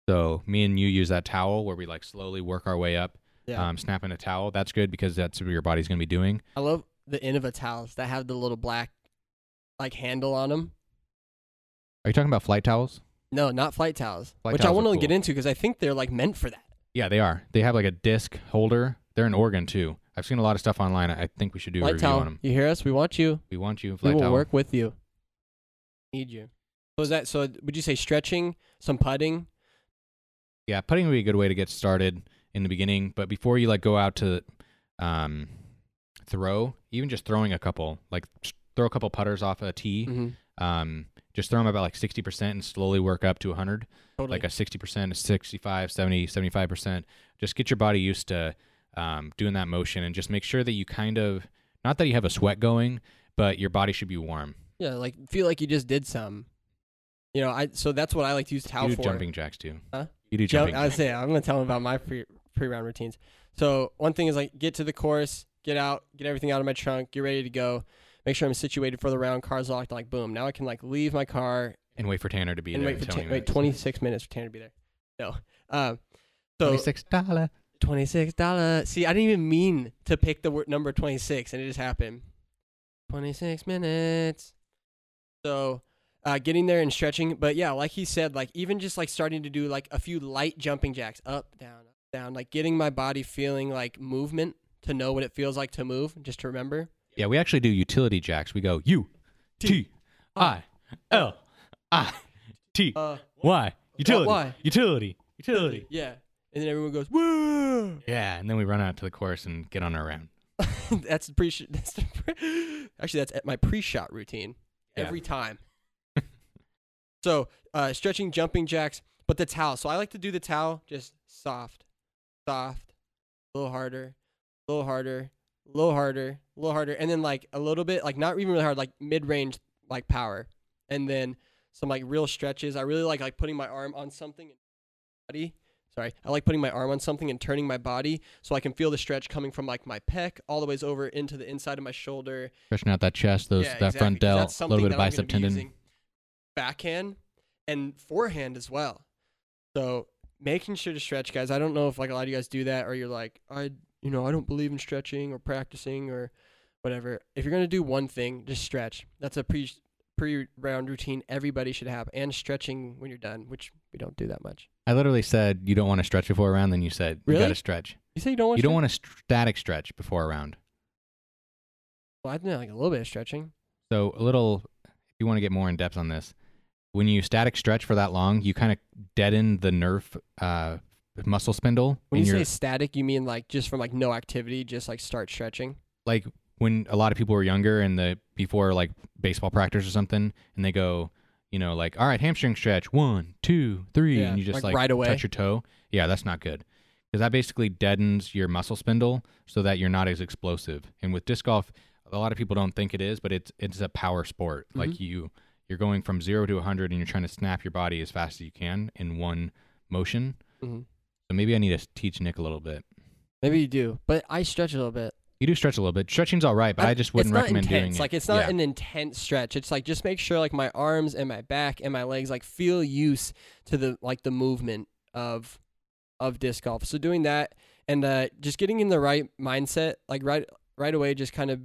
Speaker 1: So me and you use that towel where we like slowly work our way up,
Speaker 2: Yeah.
Speaker 1: um, snapping a towel. That's good because that's what your body's gonna be doing.
Speaker 2: I love the Innova towels that have the little black like handle on them.
Speaker 1: Are you talking about flight towels?
Speaker 2: No, not flight towels,
Speaker 1: Flight
Speaker 2: which I
Speaker 1: towels
Speaker 2: want
Speaker 1: are
Speaker 2: to get
Speaker 1: cool.
Speaker 2: into because I think they're like meant for that.
Speaker 1: Yeah, they are. They have like a disc holder. They're in Oregon too. I've seen a lot of stuff online. I I think we should do a
Speaker 2: Flight
Speaker 1: review
Speaker 2: towel,
Speaker 1: on them.
Speaker 2: you hear us? We want you.
Speaker 1: We want you,
Speaker 2: we
Speaker 1: flight
Speaker 2: will
Speaker 1: towel.
Speaker 2: work with you. Need you. So is that so? Would you say stretching, some putting?
Speaker 1: Yeah, putting would be a good way to get started in the beginning. But before you like go out to um, throw, even just throwing a couple, like s- throw a couple putters off a tee,
Speaker 2: Mm-hmm.
Speaker 1: um, just throw them about like 60% and slowly work up to 100.
Speaker 2: Totally.
Speaker 1: like a 60% a 65 70 75% just get your body used to um, doing that motion and just make sure that you kind of not that you have a sweat going but your body should be warm
Speaker 2: yeah, like feel like you just did some. You know, I so that's what I like to use towel
Speaker 1: you do
Speaker 2: for.
Speaker 1: jumping jacks too
Speaker 2: Huh?
Speaker 1: you do
Speaker 2: Jump-
Speaker 1: jumping
Speaker 2: I
Speaker 1: jacks.
Speaker 2: say I'm gonna tell them about my pre pre round routines. So one thing is like get to the course, get out, get everything out of my trunk, get ready to go, make sure I'm situated for the round, car's locked, like boom. Now I can like leave my car
Speaker 1: and wait for tanner to be
Speaker 2: and
Speaker 1: there
Speaker 2: wait for
Speaker 1: telling
Speaker 2: Tan-
Speaker 1: you
Speaker 2: wait
Speaker 1: that.
Speaker 2: 26 minutes for Tanner to be there. No, um, so
Speaker 1: $26
Speaker 2: Twenty six dollar. See, I didn't even mean to pick the word number twenty six, and it just happened. Twenty six minutes. So, uh, getting there and stretching, but yeah, like he said, like even just like starting to do like a few light jumping jacks, up, down, up, down, like getting my body feeling like movement to know what it feels like to move, just to remember.
Speaker 1: yeah we actually do utility jacks we go u t i l i t
Speaker 2: Uh,
Speaker 1: y utility
Speaker 2: why?
Speaker 1: utility utility
Speaker 2: yeah, and then everyone goes woo.
Speaker 1: yeah and then we run out to the course and get on our round
Speaker 2: [laughs] that's pre. That's the pre- actually that's at my pre-shot routine
Speaker 1: Yeah.
Speaker 2: every time. [laughs] so uh, stretching, jumping jacks, but the towel. So I like to do the towel just soft, soft, a little harder, a little harder, a little harder, a little harder, and then like a little bit, like not even really hard, like mid-range, like power, and then some like real stretches. I really like like putting my arm on something and body. Sorry, I like putting my arm on something and turning my body so I can feel the stretch coming from like my pec all the ways over into the inside of my shoulder.
Speaker 1: stretching out that chest those
Speaker 2: Yeah,
Speaker 1: that
Speaker 2: exactly,
Speaker 1: front
Speaker 2: 'cause
Speaker 1: delt
Speaker 2: that's
Speaker 1: a little bit
Speaker 2: something
Speaker 1: of
Speaker 2: that I'm
Speaker 1: bicep
Speaker 2: gonna be
Speaker 1: tendon
Speaker 2: using Backhand and forehand as well. So making sure to stretch, guys. I don't know if like a lot of you guys do that or you're like, I you know, I don't believe in stretching or practicing or whatever. If you're going to do one thing, just stretch. That's a pre pre round routine everybody should have and stretching when you're done, which we don't do that much.
Speaker 1: I literally said you don't want to stretch before a round. Then you said you
Speaker 2: Really?
Speaker 1: got to stretch.
Speaker 2: You say you don't want
Speaker 1: You don't want to static stretch before a round.
Speaker 2: well, I know like a little bit of stretching.
Speaker 1: So a little, if you want to get more in depth on this, when you static stretch for that long, you kind of deaden the nerve uh, muscle spindle.
Speaker 2: When
Speaker 1: in
Speaker 2: you
Speaker 1: your-
Speaker 2: say static, you mean like just from like no activity, just like start stretching.
Speaker 1: like when a lot of people were younger and the before like baseball practice or something, and they go, you know, like all right, hamstring stretch, one, two, three,
Speaker 2: Yeah,
Speaker 1: and you just
Speaker 2: like,
Speaker 1: like,
Speaker 2: right away.
Speaker 1: touch your toe. Yeah, that's not good because that basically deadens your muscle spindle so that you're not as explosive. And with disc golf, a lot of people don't think it is, but it's it's a power sport.
Speaker 2: Mm-hmm.
Speaker 1: Like you you're going from zero to 100 and you're trying to snap your body as fast as you can in one motion.
Speaker 2: Mhm.
Speaker 1: So maybe I need to teach Nick a little bit.
Speaker 2: Maybe you do, but I stretch a little bit.
Speaker 1: You do stretch a little bit. Stretching's all right, but I,
Speaker 2: I'm-
Speaker 1: just wouldn't
Speaker 2: Uh, it's not
Speaker 1: recommend
Speaker 2: intense.
Speaker 1: doing it.
Speaker 2: Like it's not
Speaker 1: Yeah.
Speaker 2: an intense stretch. It's like just make sure like my arms and my back and my legs like feel use to the like the movement of of disc golf. So doing that and uh just getting in the right mindset, like right right away just kind of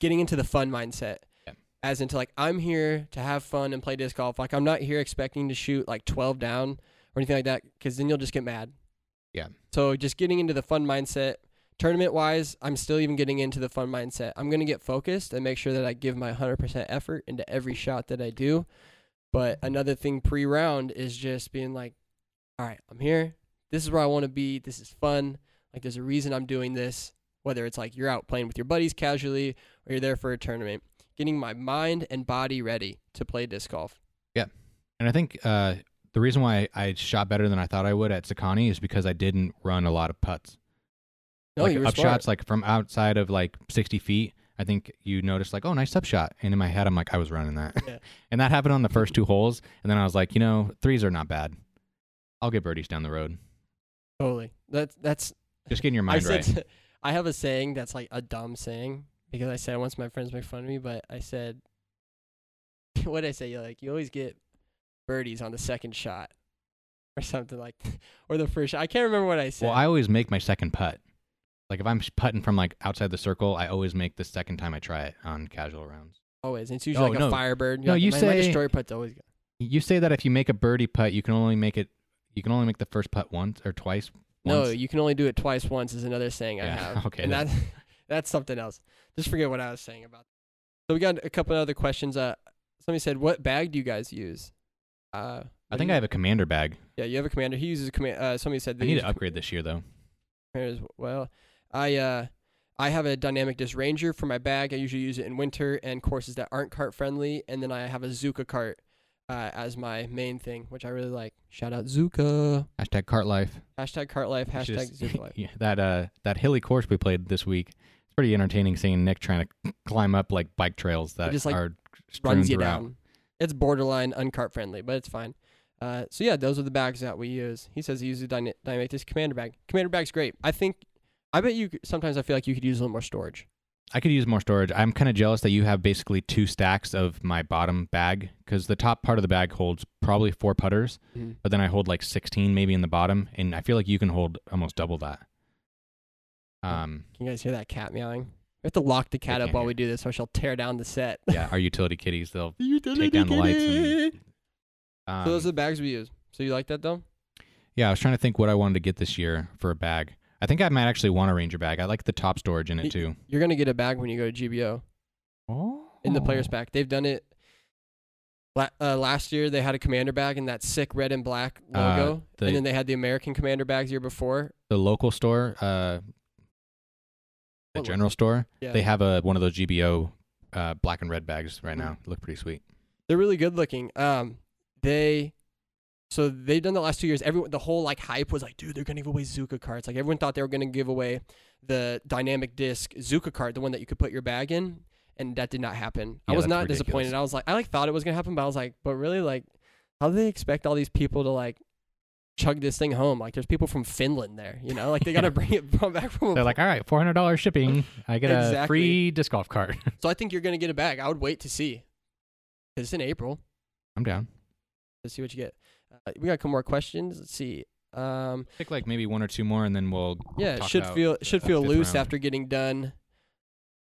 Speaker 2: getting into the fun mindset.
Speaker 1: Yeah.
Speaker 2: As into like I'm here to have fun and play disc golf. Like I'm not here expecting to shoot like 12 down or anything like that cuz then you'll just get mad.
Speaker 1: Yeah.
Speaker 2: So just getting into the fun mindset tournament wise, I'm still even getting into the fun mindset. I'm going to get focused and make sure that I give my 100% effort into every shot that I do. But another thing pre round is just being like, all right, I'm here. This is where I want to be. This is fun. Like, there's a reason I'm doing this, whether it's like you're out playing with your buddies casually or you're there for a tournament. Getting my mind and body ready to play disc golf.
Speaker 1: And I think uh, the reason why I shot better than I thought I would at Sakani is because I didn't run a lot of putts.
Speaker 2: No,
Speaker 1: like
Speaker 2: you were
Speaker 1: up
Speaker 2: smart.
Speaker 1: shots, like from outside of like 60 feet, I think you noticed like, oh, nice up shot. And in my head, I'm like, I was running that.
Speaker 2: Yeah.
Speaker 1: [laughs] and that happened on the first two holes. And then I was like, you know, threes are not bad. I'll get birdies down the road.
Speaker 2: Totally. That's, that's
Speaker 1: Just getting your
Speaker 2: I
Speaker 1: mind
Speaker 2: said,
Speaker 1: right.
Speaker 2: [laughs] to- I have a saying that's like a dumb saying because I said it once my friends make fun of me, but I said, [laughs] what did I say? You're like, you always get birdies on the second shot or something like, [laughs] or the first shot. I can't remember what I said.
Speaker 1: Well, I always make my second putt. Like if I'm putting from like outside the circle, I always make the second time I try it on casual rounds.
Speaker 2: always. And it's usually
Speaker 1: Oh,
Speaker 2: like a
Speaker 1: no.
Speaker 2: firebird. You're
Speaker 1: No,
Speaker 2: like,
Speaker 1: you
Speaker 2: my, my
Speaker 1: say-
Speaker 2: destroyer putt's always good.
Speaker 1: You say that if you make a birdie putt, you can only make it. You can only make the first putt once or twice.
Speaker 2: No,
Speaker 1: once.
Speaker 2: you can only do it twice once is another saying I
Speaker 1: Yeah, [laughs]
Speaker 2: have.
Speaker 1: okay,
Speaker 2: And that, [laughs] that's something else. Just forget what I was saying about that. So we got a couple other questions. Uh, somebody said, what bag do you guys use? Uh,
Speaker 1: I think I have a commander bag.
Speaker 2: Yeah, you have a commander. He uses a command. Uh, somebody said
Speaker 1: I
Speaker 2: they
Speaker 1: need
Speaker 2: use
Speaker 1: to upgrade this year though.
Speaker 2: commanders as well. I uh, I have a dynamic disc ranger for my bag. I usually use it in winter and courses that aren't cart friendly. And then I have a Zuka cart uh, as my main thing, which I really like. Shout out Zuka.
Speaker 1: Hashtag cart life.
Speaker 2: Hashtag cart life.
Speaker 1: It's
Speaker 2: [laughs] Hashtag
Speaker 1: just- [laughs]
Speaker 2: Zuka life.
Speaker 1: yeah, that uh that hilly course we played this week. It's pretty entertaining seeing Nick trying to [laughs] climb up like bike trails that
Speaker 2: just, like,
Speaker 1: are strewn
Speaker 2: Runs you
Speaker 1: throughout.
Speaker 2: down. It's borderline uncart friendly, but it's fine. Uh, so yeah, those are the bags that we use. He says he uses a dyna- dynamic disc commander bag. Commander bag's great. I think. I bet you. c- Sometimes I feel like you could use a little more storage.
Speaker 1: I could use more storage. I'm kind of jealous that you have basically two stacks of my bottom bag because the top part of the bag holds probably four putters,
Speaker 2: Mhm.
Speaker 1: but then I hold like 16 maybe in the bottom, and I feel like you can hold almost double that. Um,
Speaker 2: Can you guys hear that cat meowing? We have to lock the cat up
Speaker 1: can't
Speaker 2: while
Speaker 1: hear.
Speaker 2: we do this, or she'll tear down the set.
Speaker 1: yeah, our utility kitties, [laughs] they'll.
Speaker 2: [laughs] You
Speaker 1: Take down the lights
Speaker 2: [laughs]
Speaker 1: and- Um,
Speaker 2: so those are the bags we use. So you like that though?
Speaker 1: yeah, I was trying to think what I wanted to get this year for a bag. I think I might actually want a Ranger bag. I like the top storage in
Speaker 2: Y-
Speaker 1: it too.
Speaker 2: You're gonna get a bag when you go to GBO
Speaker 1: Oh.
Speaker 2: in the players pack. They've done it. La- uh, last year they had a commander bag and that sick red and black
Speaker 1: Uh,
Speaker 2: logo,
Speaker 1: the-
Speaker 2: and then they had the American commander bags year before.
Speaker 1: The local store, uh, the
Speaker 2: What lo-
Speaker 1: general store,
Speaker 2: Yeah,
Speaker 1: They have a one of those GBO uh, black and red bags right
Speaker 2: Mhm.
Speaker 1: now. Look pretty sweet.
Speaker 2: they're really good looking. Um, they so they've done the last two years. Everyone, the whole like hype was like, dude, they're gonna give away Zuka cards. Like everyone thought they were gonna give away the dynamic disc Zuka card, the one that you could put your bag in, and that did not happen. I
Speaker 1: Yeah,
Speaker 2: was
Speaker 1: that's
Speaker 2: not
Speaker 1: ridiculous.
Speaker 2: disappointed. I was like, I like thought it was gonna happen, but I was like, but really, like, how do they expect all these people to like? Chug this thing home. Like there's people from Finland there, you know. Like they
Speaker 1: [laughs]
Speaker 2: gotta
Speaker 1: Yeah.
Speaker 2: bring it [laughs] from back from.
Speaker 1: They're like, all right, four hundred dollars shipping. I get
Speaker 2: Exactly.
Speaker 1: a free disc golf cart.
Speaker 2: so I think you're gonna get it back. I would wait to see. 'Cause It's in April.
Speaker 1: I'm down.
Speaker 2: Let's see what you get. Uh, we got a couple more questions. Let's see. Um,
Speaker 1: Pick like maybe one or two more, and then we'll
Speaker 2: yeah, it
Speaker 1: talk
Speaker 2: should
Speaker 1: about
Speaker 2: feel it should
Speaker 1: the
Speaker 2: feel
Speaker 1: fifth
Speaker 2: loose
Speaker 1: round.
Speaker 2: after getting done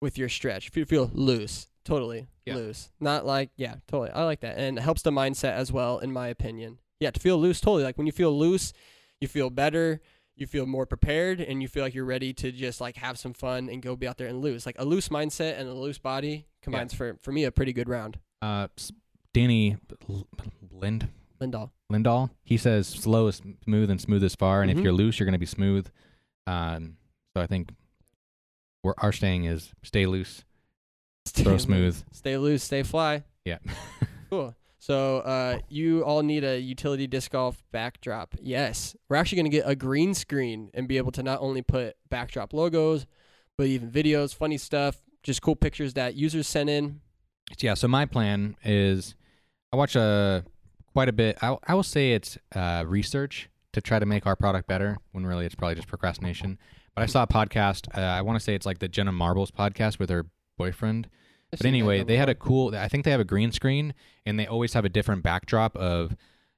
Speaker 2: with your stretch. Feel feel loose, totally
Speaker 1: Yeah.
Speaker 2: loose. Not like yeah, totally. I like that, and it helps the mindset as well, in my opinion. Yeah, to feel loose, totally. Like when you feel loose, you feel better, you feel more prepared, and you feel like you're ready to just like have some fun and go be out there and lose. Like a loose mindset and a loose body combines for for me a pretty good round.
Speaker 1: Uh, s- Danny L- Lind
Speaker 2: Lindahl.
Speaker 1: Lindahl. He says slow is smooth and smooth is far, and
Speaker 2: Mhm.
Speaker 1: if you're loose, you're going to be smooth. Um, so I think where our saying is stay loose, throw smooth.
Speaker 2: [laughs] Stay loose, stay fly.
Speaker 1: Yeah. [laughs]
Speaker 2: Cool. So uh, you all need a utility disc golf backdrop. Yes, we're actually going to get a green screen and be able to not only put backdrop logos, but even videos, funny stuff, just cool pictures that users sent in.
Speaker 1: yeah. So my plan is I watch a quite a bit. I I will say it's uh, research to try to make our product better. When really it's probably just procrastination. But I saw a podcast. Uh, I want to say it's like the Jenna Marbles podcast with her boyfriend. But anyway, they had a cool. I think they have a green screen, and they always have a different backdrop of.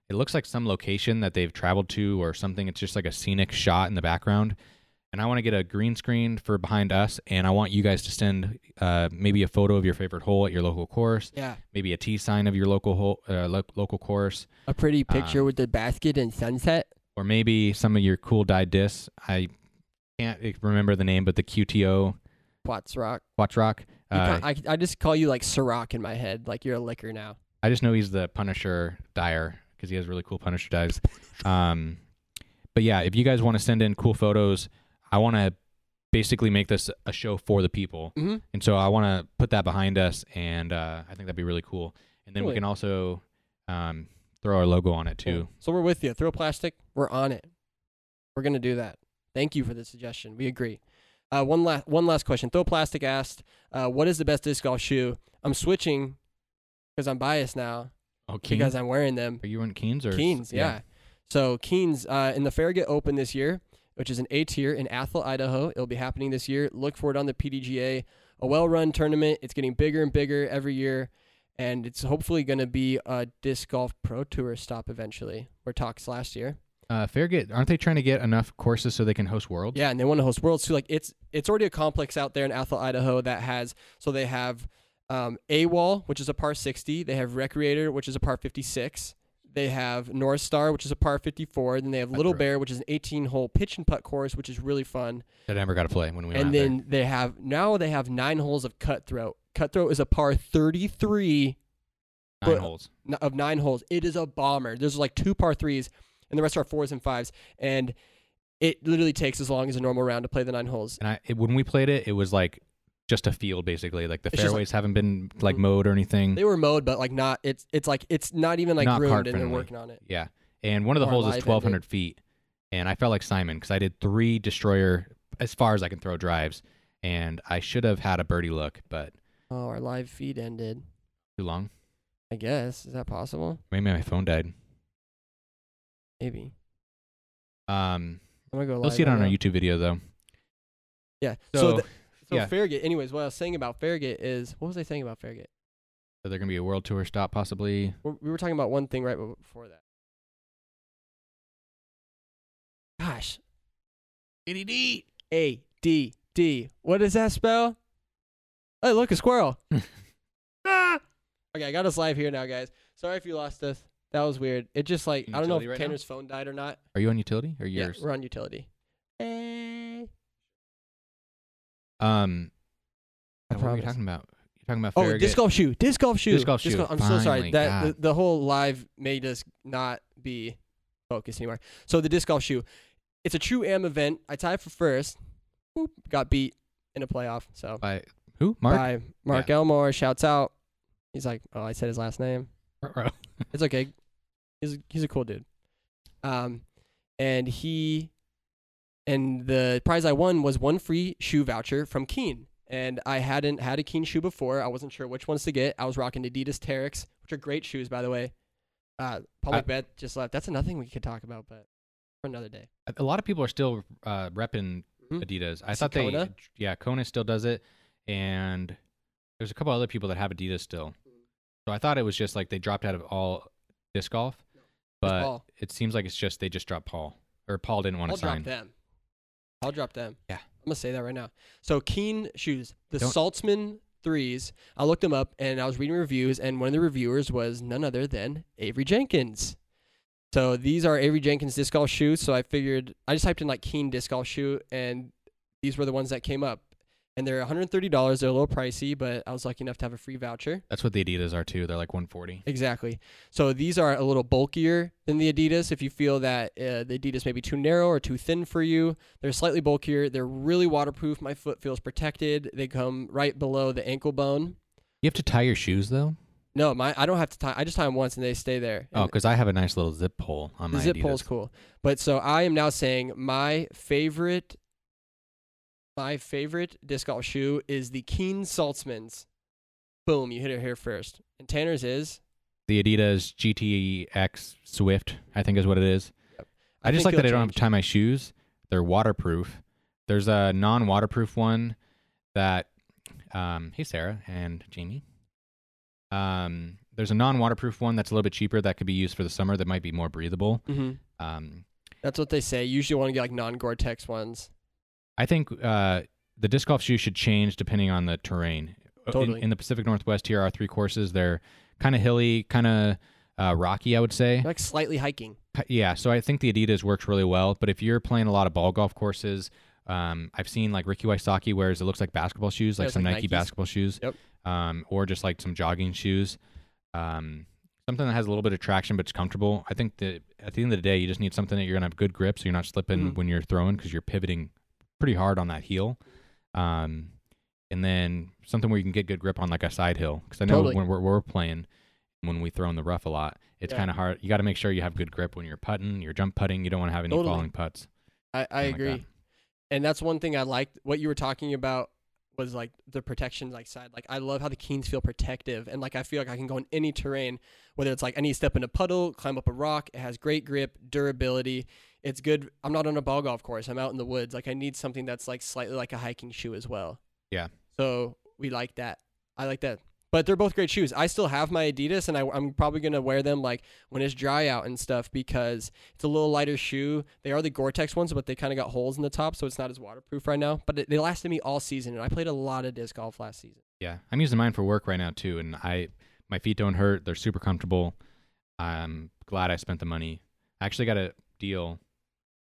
Speaker 1: It looks like some location that they've traveled to or something. It's just like a scenic shot in the background, and I want to get a green screen for behind us, and I want you guys to send uh, maybe a photo of your favorite hole at your local course,
Speaker 2: yeah,
Speaker 1: maybe a T sign of your local hole, uh, lo- local course,
Speaker 2: a pretty picture
Speaker 1: picture
Speaker 2: with the basket and sunset.
Speaker 1: or maybe some of your cool dyed discs. I can't eh, remember the name, but the QTO
Speaker 2: Watts Rock.
Speaker 1: Watch Rock.
Speaker 2: You
Speaker 1: Uh,
Speaker 2: ca- I, I just call you like Ciroc in my head, like you're a liquor now.
Speaker 1: I just know he's the Punisher dyer because he has really cool Punisher dyes. Um, but yeah, if you guys want to send in cool photos, I want to basically make this a show for the people,
Speaker 2: Mm-hmm.
Speaker 1: and so I want to put that behind us, and uh, I think that'd be really cool. And then
Speaker 2: Totally.
Speaker 1: we can also um, throw our logo on it too.
Speaker 2: So we're with you. Throw plastic. We're on it. We're gonna do that. Thank you for the suggestion. We agree. Uh, one last one last question. Throw plastic asked, uh, "What is the best disc golf shoe?" I'm switching because I'm biased now
Speaker 1: Oh, Keens?
Speaker 2: because I'm wearing them.
Speaker 1: Are you in Keens or
Speaker 2: Keens, yeah. So Keens uh, in the Farragut Open this year, which is an A tier in Athol, Idaho. It'll be happening this year. Look for it on the PDGA. A well-run tournament. It's getting bigger and bigger every year, and it's hopefully going to be a disc golf pro tour stop eventually. Where talks last year.
Speaker 1: Uh, Farragut, aren't they trying to get enough courses so they can host Worlds?
Speaker 2: Yeah, and they want to host worlds too. Like it's it's already a complex out there in Athol, Idaho that has so they have um, a wall, which is a par sixty. They have Recreator, which is a par fifty six. They have North Star, which is a par fifty four. Then they have
Speaker 1: That's
Speaker 2: Little
Speaker 1: right.
Speaker 2: Bear, which is an eighteen hole pitch and putt course, which is really fun.
Speaker 1: That I never got to play when we went out
Speaker 2: and
Speaker 1: there.
Speaker 2: then they have now they have nine holes of Cutthroat. Cutthroat is a par thirty three
Speaker 1: Nine
Speaker 2: but-
Speaker 1: holes.
Speaker 2: n- of nine holes. It is a bomber. There's like two par threes, and the rest are fours and fives. And it literally takes as long as a normal round to play the nine holes.
Speaker 1: And I it, when we played it, it was like just a field basically. Like the
Speaker 2: It's just like-
Speaker 1: fairways haven't been like
Speaker 2: Mm.
Speaker 1: mowed or anything.
Speaker 2: They were mowed, but like not. It's it's like it's not even like
Speaker 1: Not
Speaker 2: ruined,
Speaker 1: cart
Speaker 2: and they're
Speaker 1: friendly.
Speaker 2: working on it.
Speaker 1: yeah. And one of the
Speaker 2: Or
Speaker 1: holes
Speaker 2: live
Speaker 1: is twelve hundred feet, and I felt like Simon because I did three destroyer as far as I can throw drives, and I should have had a birdie look, but
Speaker 2: Oh, our live feed ended.
Speaker 1: too long.
Speaker 2: I guess is that possible?
Speaker 1: Maybe my phone died.
Speaker 2: Maybe
Speaker 1: Um,
Speaker 2: I'm gonna go.
Speaker 1: you'll
Speaker 2: live
Speaker 1: see it
Speaker 2: right
Speaker 1: on our
Speaker 2: now.
Speaker 1: YouTube video though.
Speaker 2: Yeah.
Speaker 1: So,
Speaker 2: So so, th- so
Speaker 1: yeah.
Speaker 2: Farragut. Anyways, what I was saying about Farragut is what was I saying about Farragut?
Speaker 1: so they're gonna be a world tour stop
Speaker 2: [laughs]
Speaker 1: possibly.
Speaker 2: We're, we were talking about one thing right be- before that. Gosh,
Speaker 1: ADD.
Speaker 2: A D D. What does that spell? Hey, look, a squirrel. Ah! Okay, I got us live here now, guys. Sorry if you lost us. That was weird. It just like
Speaker 1: In
Speaker 2: I don't know if
Speaker 1: utility right now?
Speaker 2: Tanner's phone died or not.
Speaker 1: Are you on utility or yours?
Speaker 2: Yeah, we're on utility. Eh.
Speaker 1: Um,
Speaker 2: I
Speaker 1: what were you
Speaker 2: promise.
Speaker 1: talking about? You're talking about
Speaker 2: Oh,
Speaker 1: Farragut.
Speaker 2: disc golf shoe, disc golf shoe,
Speaker 1: Disc golf shoe.
Speaker 2: I'm so sorry
Speaker 1: Finally,
Speaker 2: that the,
Speaker 1: God.
Speaker 2: the whole live made us not be focused anymore. So the disc golf shoe, it's a true am event. I tied for first, Boop, got beat in a playoff. So
Speaker 1: by who? Mark.
Speaker 2: by Mark Elmore, shouts out. He's like, oh, I said his last name. It's okay. He's he's a cool dude. Um, and he, and the prize I won was one free shoe voucher from Keen. And I hadn't had a Keen shoe before. I wasn't sure which ones to get. I was rocking Adidas Terex, which are great shoes, by the way. Uh, Paul
Speaker 1: I-
Speaker 2: McBeth just left. That's another thing we could talk about, but for another day.
Speaker 1: A- A lot of people are still uh, repping
Speaker 2: Mhm.
Speaker 1: Adidas. I
Speaker 2: I see
Speaker 1: thought they,
Speaker 2: Kona.
Speaker 1: yeah, Kona still does it, and there's a couple other people that have Adidas still. So I thought it was just like they dropped out of all disc golf, but
Speaker 2: Paul.
Speaker 1: it seems like it's just they just dropped Paul. or Paul didn't want
Speaker 2: I'll
Speaker 1: to sign.
Speaker 2: drop them. I'll drop them.
Speaker 1: Yeah.
Speaker 2: I'm gonna say that right now. So Keen shoes, the
Speaker 1: Don't-
Speaker 2: Saltzman threes. I looked them up and I was reading reviews, and one of the reviewers was none other than Avery Jenkins. So these are Avery Jenkins disc golf shoes. So I figured I just typed in like Keen disc golf shoe, and these were the ones that came up. And they're $130. They're a little pricey, but I was lucky enough to have a free voucher.
Speaker 1: That's what the Adidas are too. They're like 140.
Speaker 2: Exactly. So these are a little bulkier than the Adidas. If you feel that uh, the Adidas may be too narrow or too thin for you, they're slightly bulkier. They're really waterproof. My foot feels protected. They come right below the ankle bone.
Speaker 1: You have to tie your shoes though.
Speaker 2: No, my I don't have to tie. I just tie them once and they stay there.
Speaker 1: Oh,
Speaker 2: And
Speaker 1: because I have a nice little zip pull on
Speaker 2: the
Speaker 1: my
Speaker 2: zip
Speaker 1: Adidas.
Speaker 2: pull's cool. But so I am now saying my favorite, my favorite disc golf shoe is the Keen Saltzman's. Boom! You hit it here first. And Tanner's is.
Speaker 1: The Adidas GTX Swift, I think, is what it is. I, just
Speaker 2: think
Speaker 1: like that
Speaker 2: it'll
Speaker 1: I don't have
Speaker 2: change.
Speaker 1: to tie my shoes. They're waterproof. There's a non-waterproof one that um hey Sarah and Jamie. Um there's a non-waterproof one that's a little bit cheaper that could be used for the summer that might be more breathable.
Speaker 2: Mhm.
Speaker 1: Um
Speaker 2: That's what they say. You usually want to get like non Gore-Tex ones.
Speaker 1: I think uh the disc golf shoe should change depending on the terrain. Uh, in-
Speaker 2: Totally.
Speaker 1: In, the Pacific Northwest here are three courses. They're kind of hilly, kind of uh, rocky, I would say.
Speaker 2: Like slightly hiking.
Speaker 1: Ki- Yeah, so I think the Adidas works really well. But if you're playing a lot of ball golf courses, um, I've seen like Ricky Wysocki wears it looks like basketball shoes,
Speaker 2: Yeah,
Speaker 1: like
Speaker 2: it's
Speaker 1: some
Speaker 2: like
Speaker 1: Nike
Speaker 2: Nikes.
Speaker 1: basketball shoes,
Speaker 2: Yep.
Speaker 1: um, or just like some jogging shoes, um, something that has a little bit of traction but it's comfortable. I think that at the end of the day, you just need something that you're gonna have good grip, so you're not slipping
Speaker 2: Mhm.
Speaker 1: when you're throwing because you're pivoting pretty hard on that heel. Um, and then something where you can get good grip on like a side hill because I know
Speaker 2: Totally.
Speaker 1: when we're, we're playing when we throw in the rough a lot it's
Speaker 2: Yeah.
Speaker 1: kind of hard you got to make sure you have good grip when you're putting you're jump putting you don't want to have any
Speaker 2: Totally.
Speaker 1: falling putts
Speaker 2: I, I
Speaker 1: Oh my
Speaker 2: agree.
Speaker 1: God.
Speaker 2: and that's one thing I liked. What you were talking about was like the protection like side. Like I love how the Keens feel protective and like I feel like I can go in any terrain, whether it's like I need to step in a puddle, climb up a rock, it has great grip, durability. It's good. I'm not on a ball golf course. I'm out in the woods. Like I need something that's like slightly like a hiking shoe as well.
Speaker 1: Yeah.
Speaker 2: So we like that. I like that. But they're both great shoes. I still have my Adidas, and I, I'm probably gonna wear them like when it's dry out and stuff because it's a little lighter shoe. They are the Gore-Tex ones, but they kind of got holes in the top, so it's not as waterproof right now. But it, they lasted me all season, and I played a lot of disc golf last season.
Speaker 1: yeah i'm using mine for work right now too and i my feet don't hurt they're super comfortable i'm glad i spent the money i actually got a deal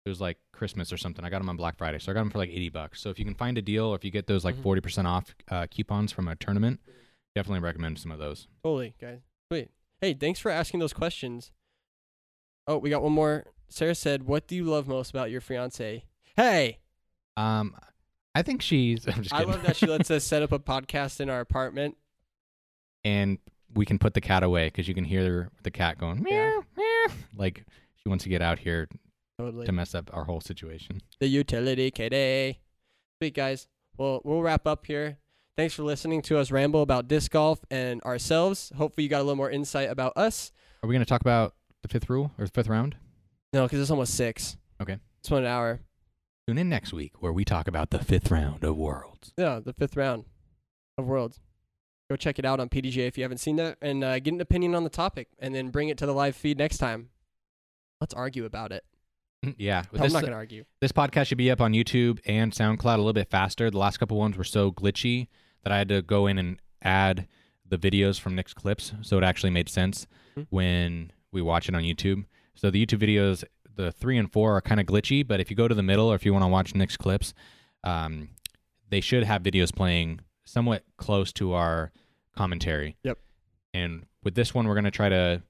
Speaker 1: it was like christmas or something i got them on black friday so i got them for like 80 bucks so if you can find a deal or if you get those like
Speaker 2: Mhm.
Speaker 1: 40% off uh, coupons from a tournament definitely recommend some of those
Speaker 2: Totally, guys. Sweet. Hey, thanks for asking those questions. Oh, we got one more. Sarah said, "What do you love most about your fiance?" Hey,
Speaker 1: um i think she's [laughs] i'm just
Speaker 2: I
Speaker 1: kidding
Speaker 2: love that she lets us set up a podcast in our apartment.
Speaker 1: and we can put the cat away because you can hear the cat going
Speaker 2: Yeah.
Speaker 1: meow, meow. like she wants to get out here
Speaker 2: Totally.
Speaker 1: to mess up our whole situation.
Speaker 2: the utility kitty. Sweet guys. Well, we'll wrap up here. Thanks for listening to us ramble about disc golf and ourselves. Hopefully, you got a little more insight about us.
Speaker 1: Are we going to talk about the fifth rule or the fifth round?
Speaker 2: No, because it's almost six.
Speaker 1: Okay.
Speaker 2: It's one hour.
Speaker 1: Tune in next week where we talk about the fifth round of worlds.
Speaker 2: Yeah, the fifth round of Worlds. Go check it out on PDGA if you haven't seen that, and uh, get an opinion on the topic, and then bring it to the live feed next time. Let's argue about it.
Speaker 1: Mm, yeah, but
Speaker 2: I'm
Speaker 1: this,
Speaker 2: not gonna argue.
Speaker 1: this podcast should be up on YouTube and SoundCloud a little bit faster. The last couple ones were so glitchy that I had to go in and add the videos from Nick's clips so it actually made sense
Speaker 2: Hmm.
Speaker 1: when we watch it on YouTube. So the YouTube videos, the three and four are kind of glitchy, but if you go to the middle or if you want to watch Nick's clips, um, they should have videos playing somewhat close to our commentary.
Speaker 2: Yep.
Speaker 1: And with this one, we're going to try to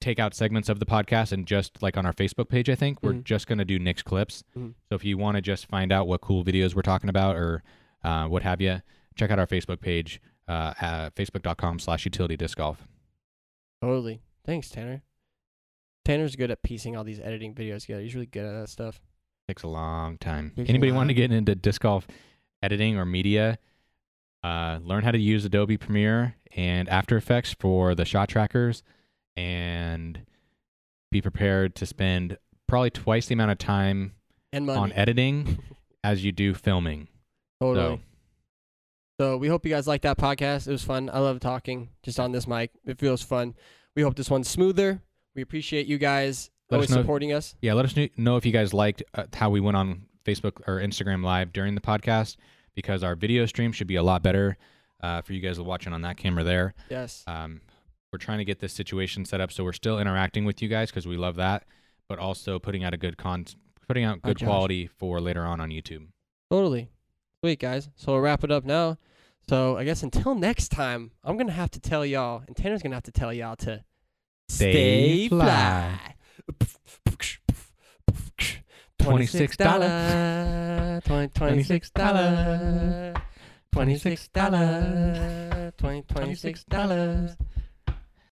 Speaker 1: take out segments of the podcast and just like on our Facebook page, I think we're
Speaker 2: Mhm.
Speaker 1: just going to do Nick's clips.
Speaker 2: Mhm.
Speaker 1: So if you want to just find out what cool videos we're talking about or uh, what have you, check out our Facebook page uh, at facebook.com slash utility disc golf.
Speaker 2: Totally. Thanks, Tanner. Tanner's good at piecing all these editing videos together. He's really good at that stuff.
Speaker 1: Takes a long time.
Speaker 2: Takes a
Speaker 1: Anybody
Speaker 2: lot.
Speaker 1: want to get into disc golf editing or media? Uh, learn how to use Adobe Premiere and After Effects for the shot trackers, and be prepared to spend probably twice the amount of time
Speaker 2: And money.
Speaker 1: on
Speaker 2: [laughs]
Speaker 1: editing as you do filming.
Speaker 2: Totally.
Speaker 1: So
Speaker 2: So we hope you guys liked that podcast. It was fun. I love talking just on this mic. It feels fun. We hope this one's smoother. We appreciate you guys.
Speaker 1: Let
Speaker 2: always
Speaker 1: us know.
Speaker 2: supporting us.
Speaker 1: yeah, let us kn- know if you guys liked uh, how we went on Facebook or Instagram Live during the podcast because our video stream should be a lot better uh, for you guys watching on that camera there.
Speaker 2: Yes.
Speaker 1: Um, we're trying to get this situation set up so we're still interacting with you guys because we love that, but also putting out a good con, putting out
Speaker 2: Hi,
Speaker 1: good
Speaker 2: Josh.
Speaker 1: quality for later on on YouTube.
Speaker 2: Totally. Sweet, guys. So we'll wrap it up now. So I guess until next time, I'm going to have to tell y'all, and Tanner's going to have to tell y'all to
Speaker 1: Stay fly.
Speaker 2: fly.
Speaker 1: $26.
Speaker 2: $26. $26. $26. $26.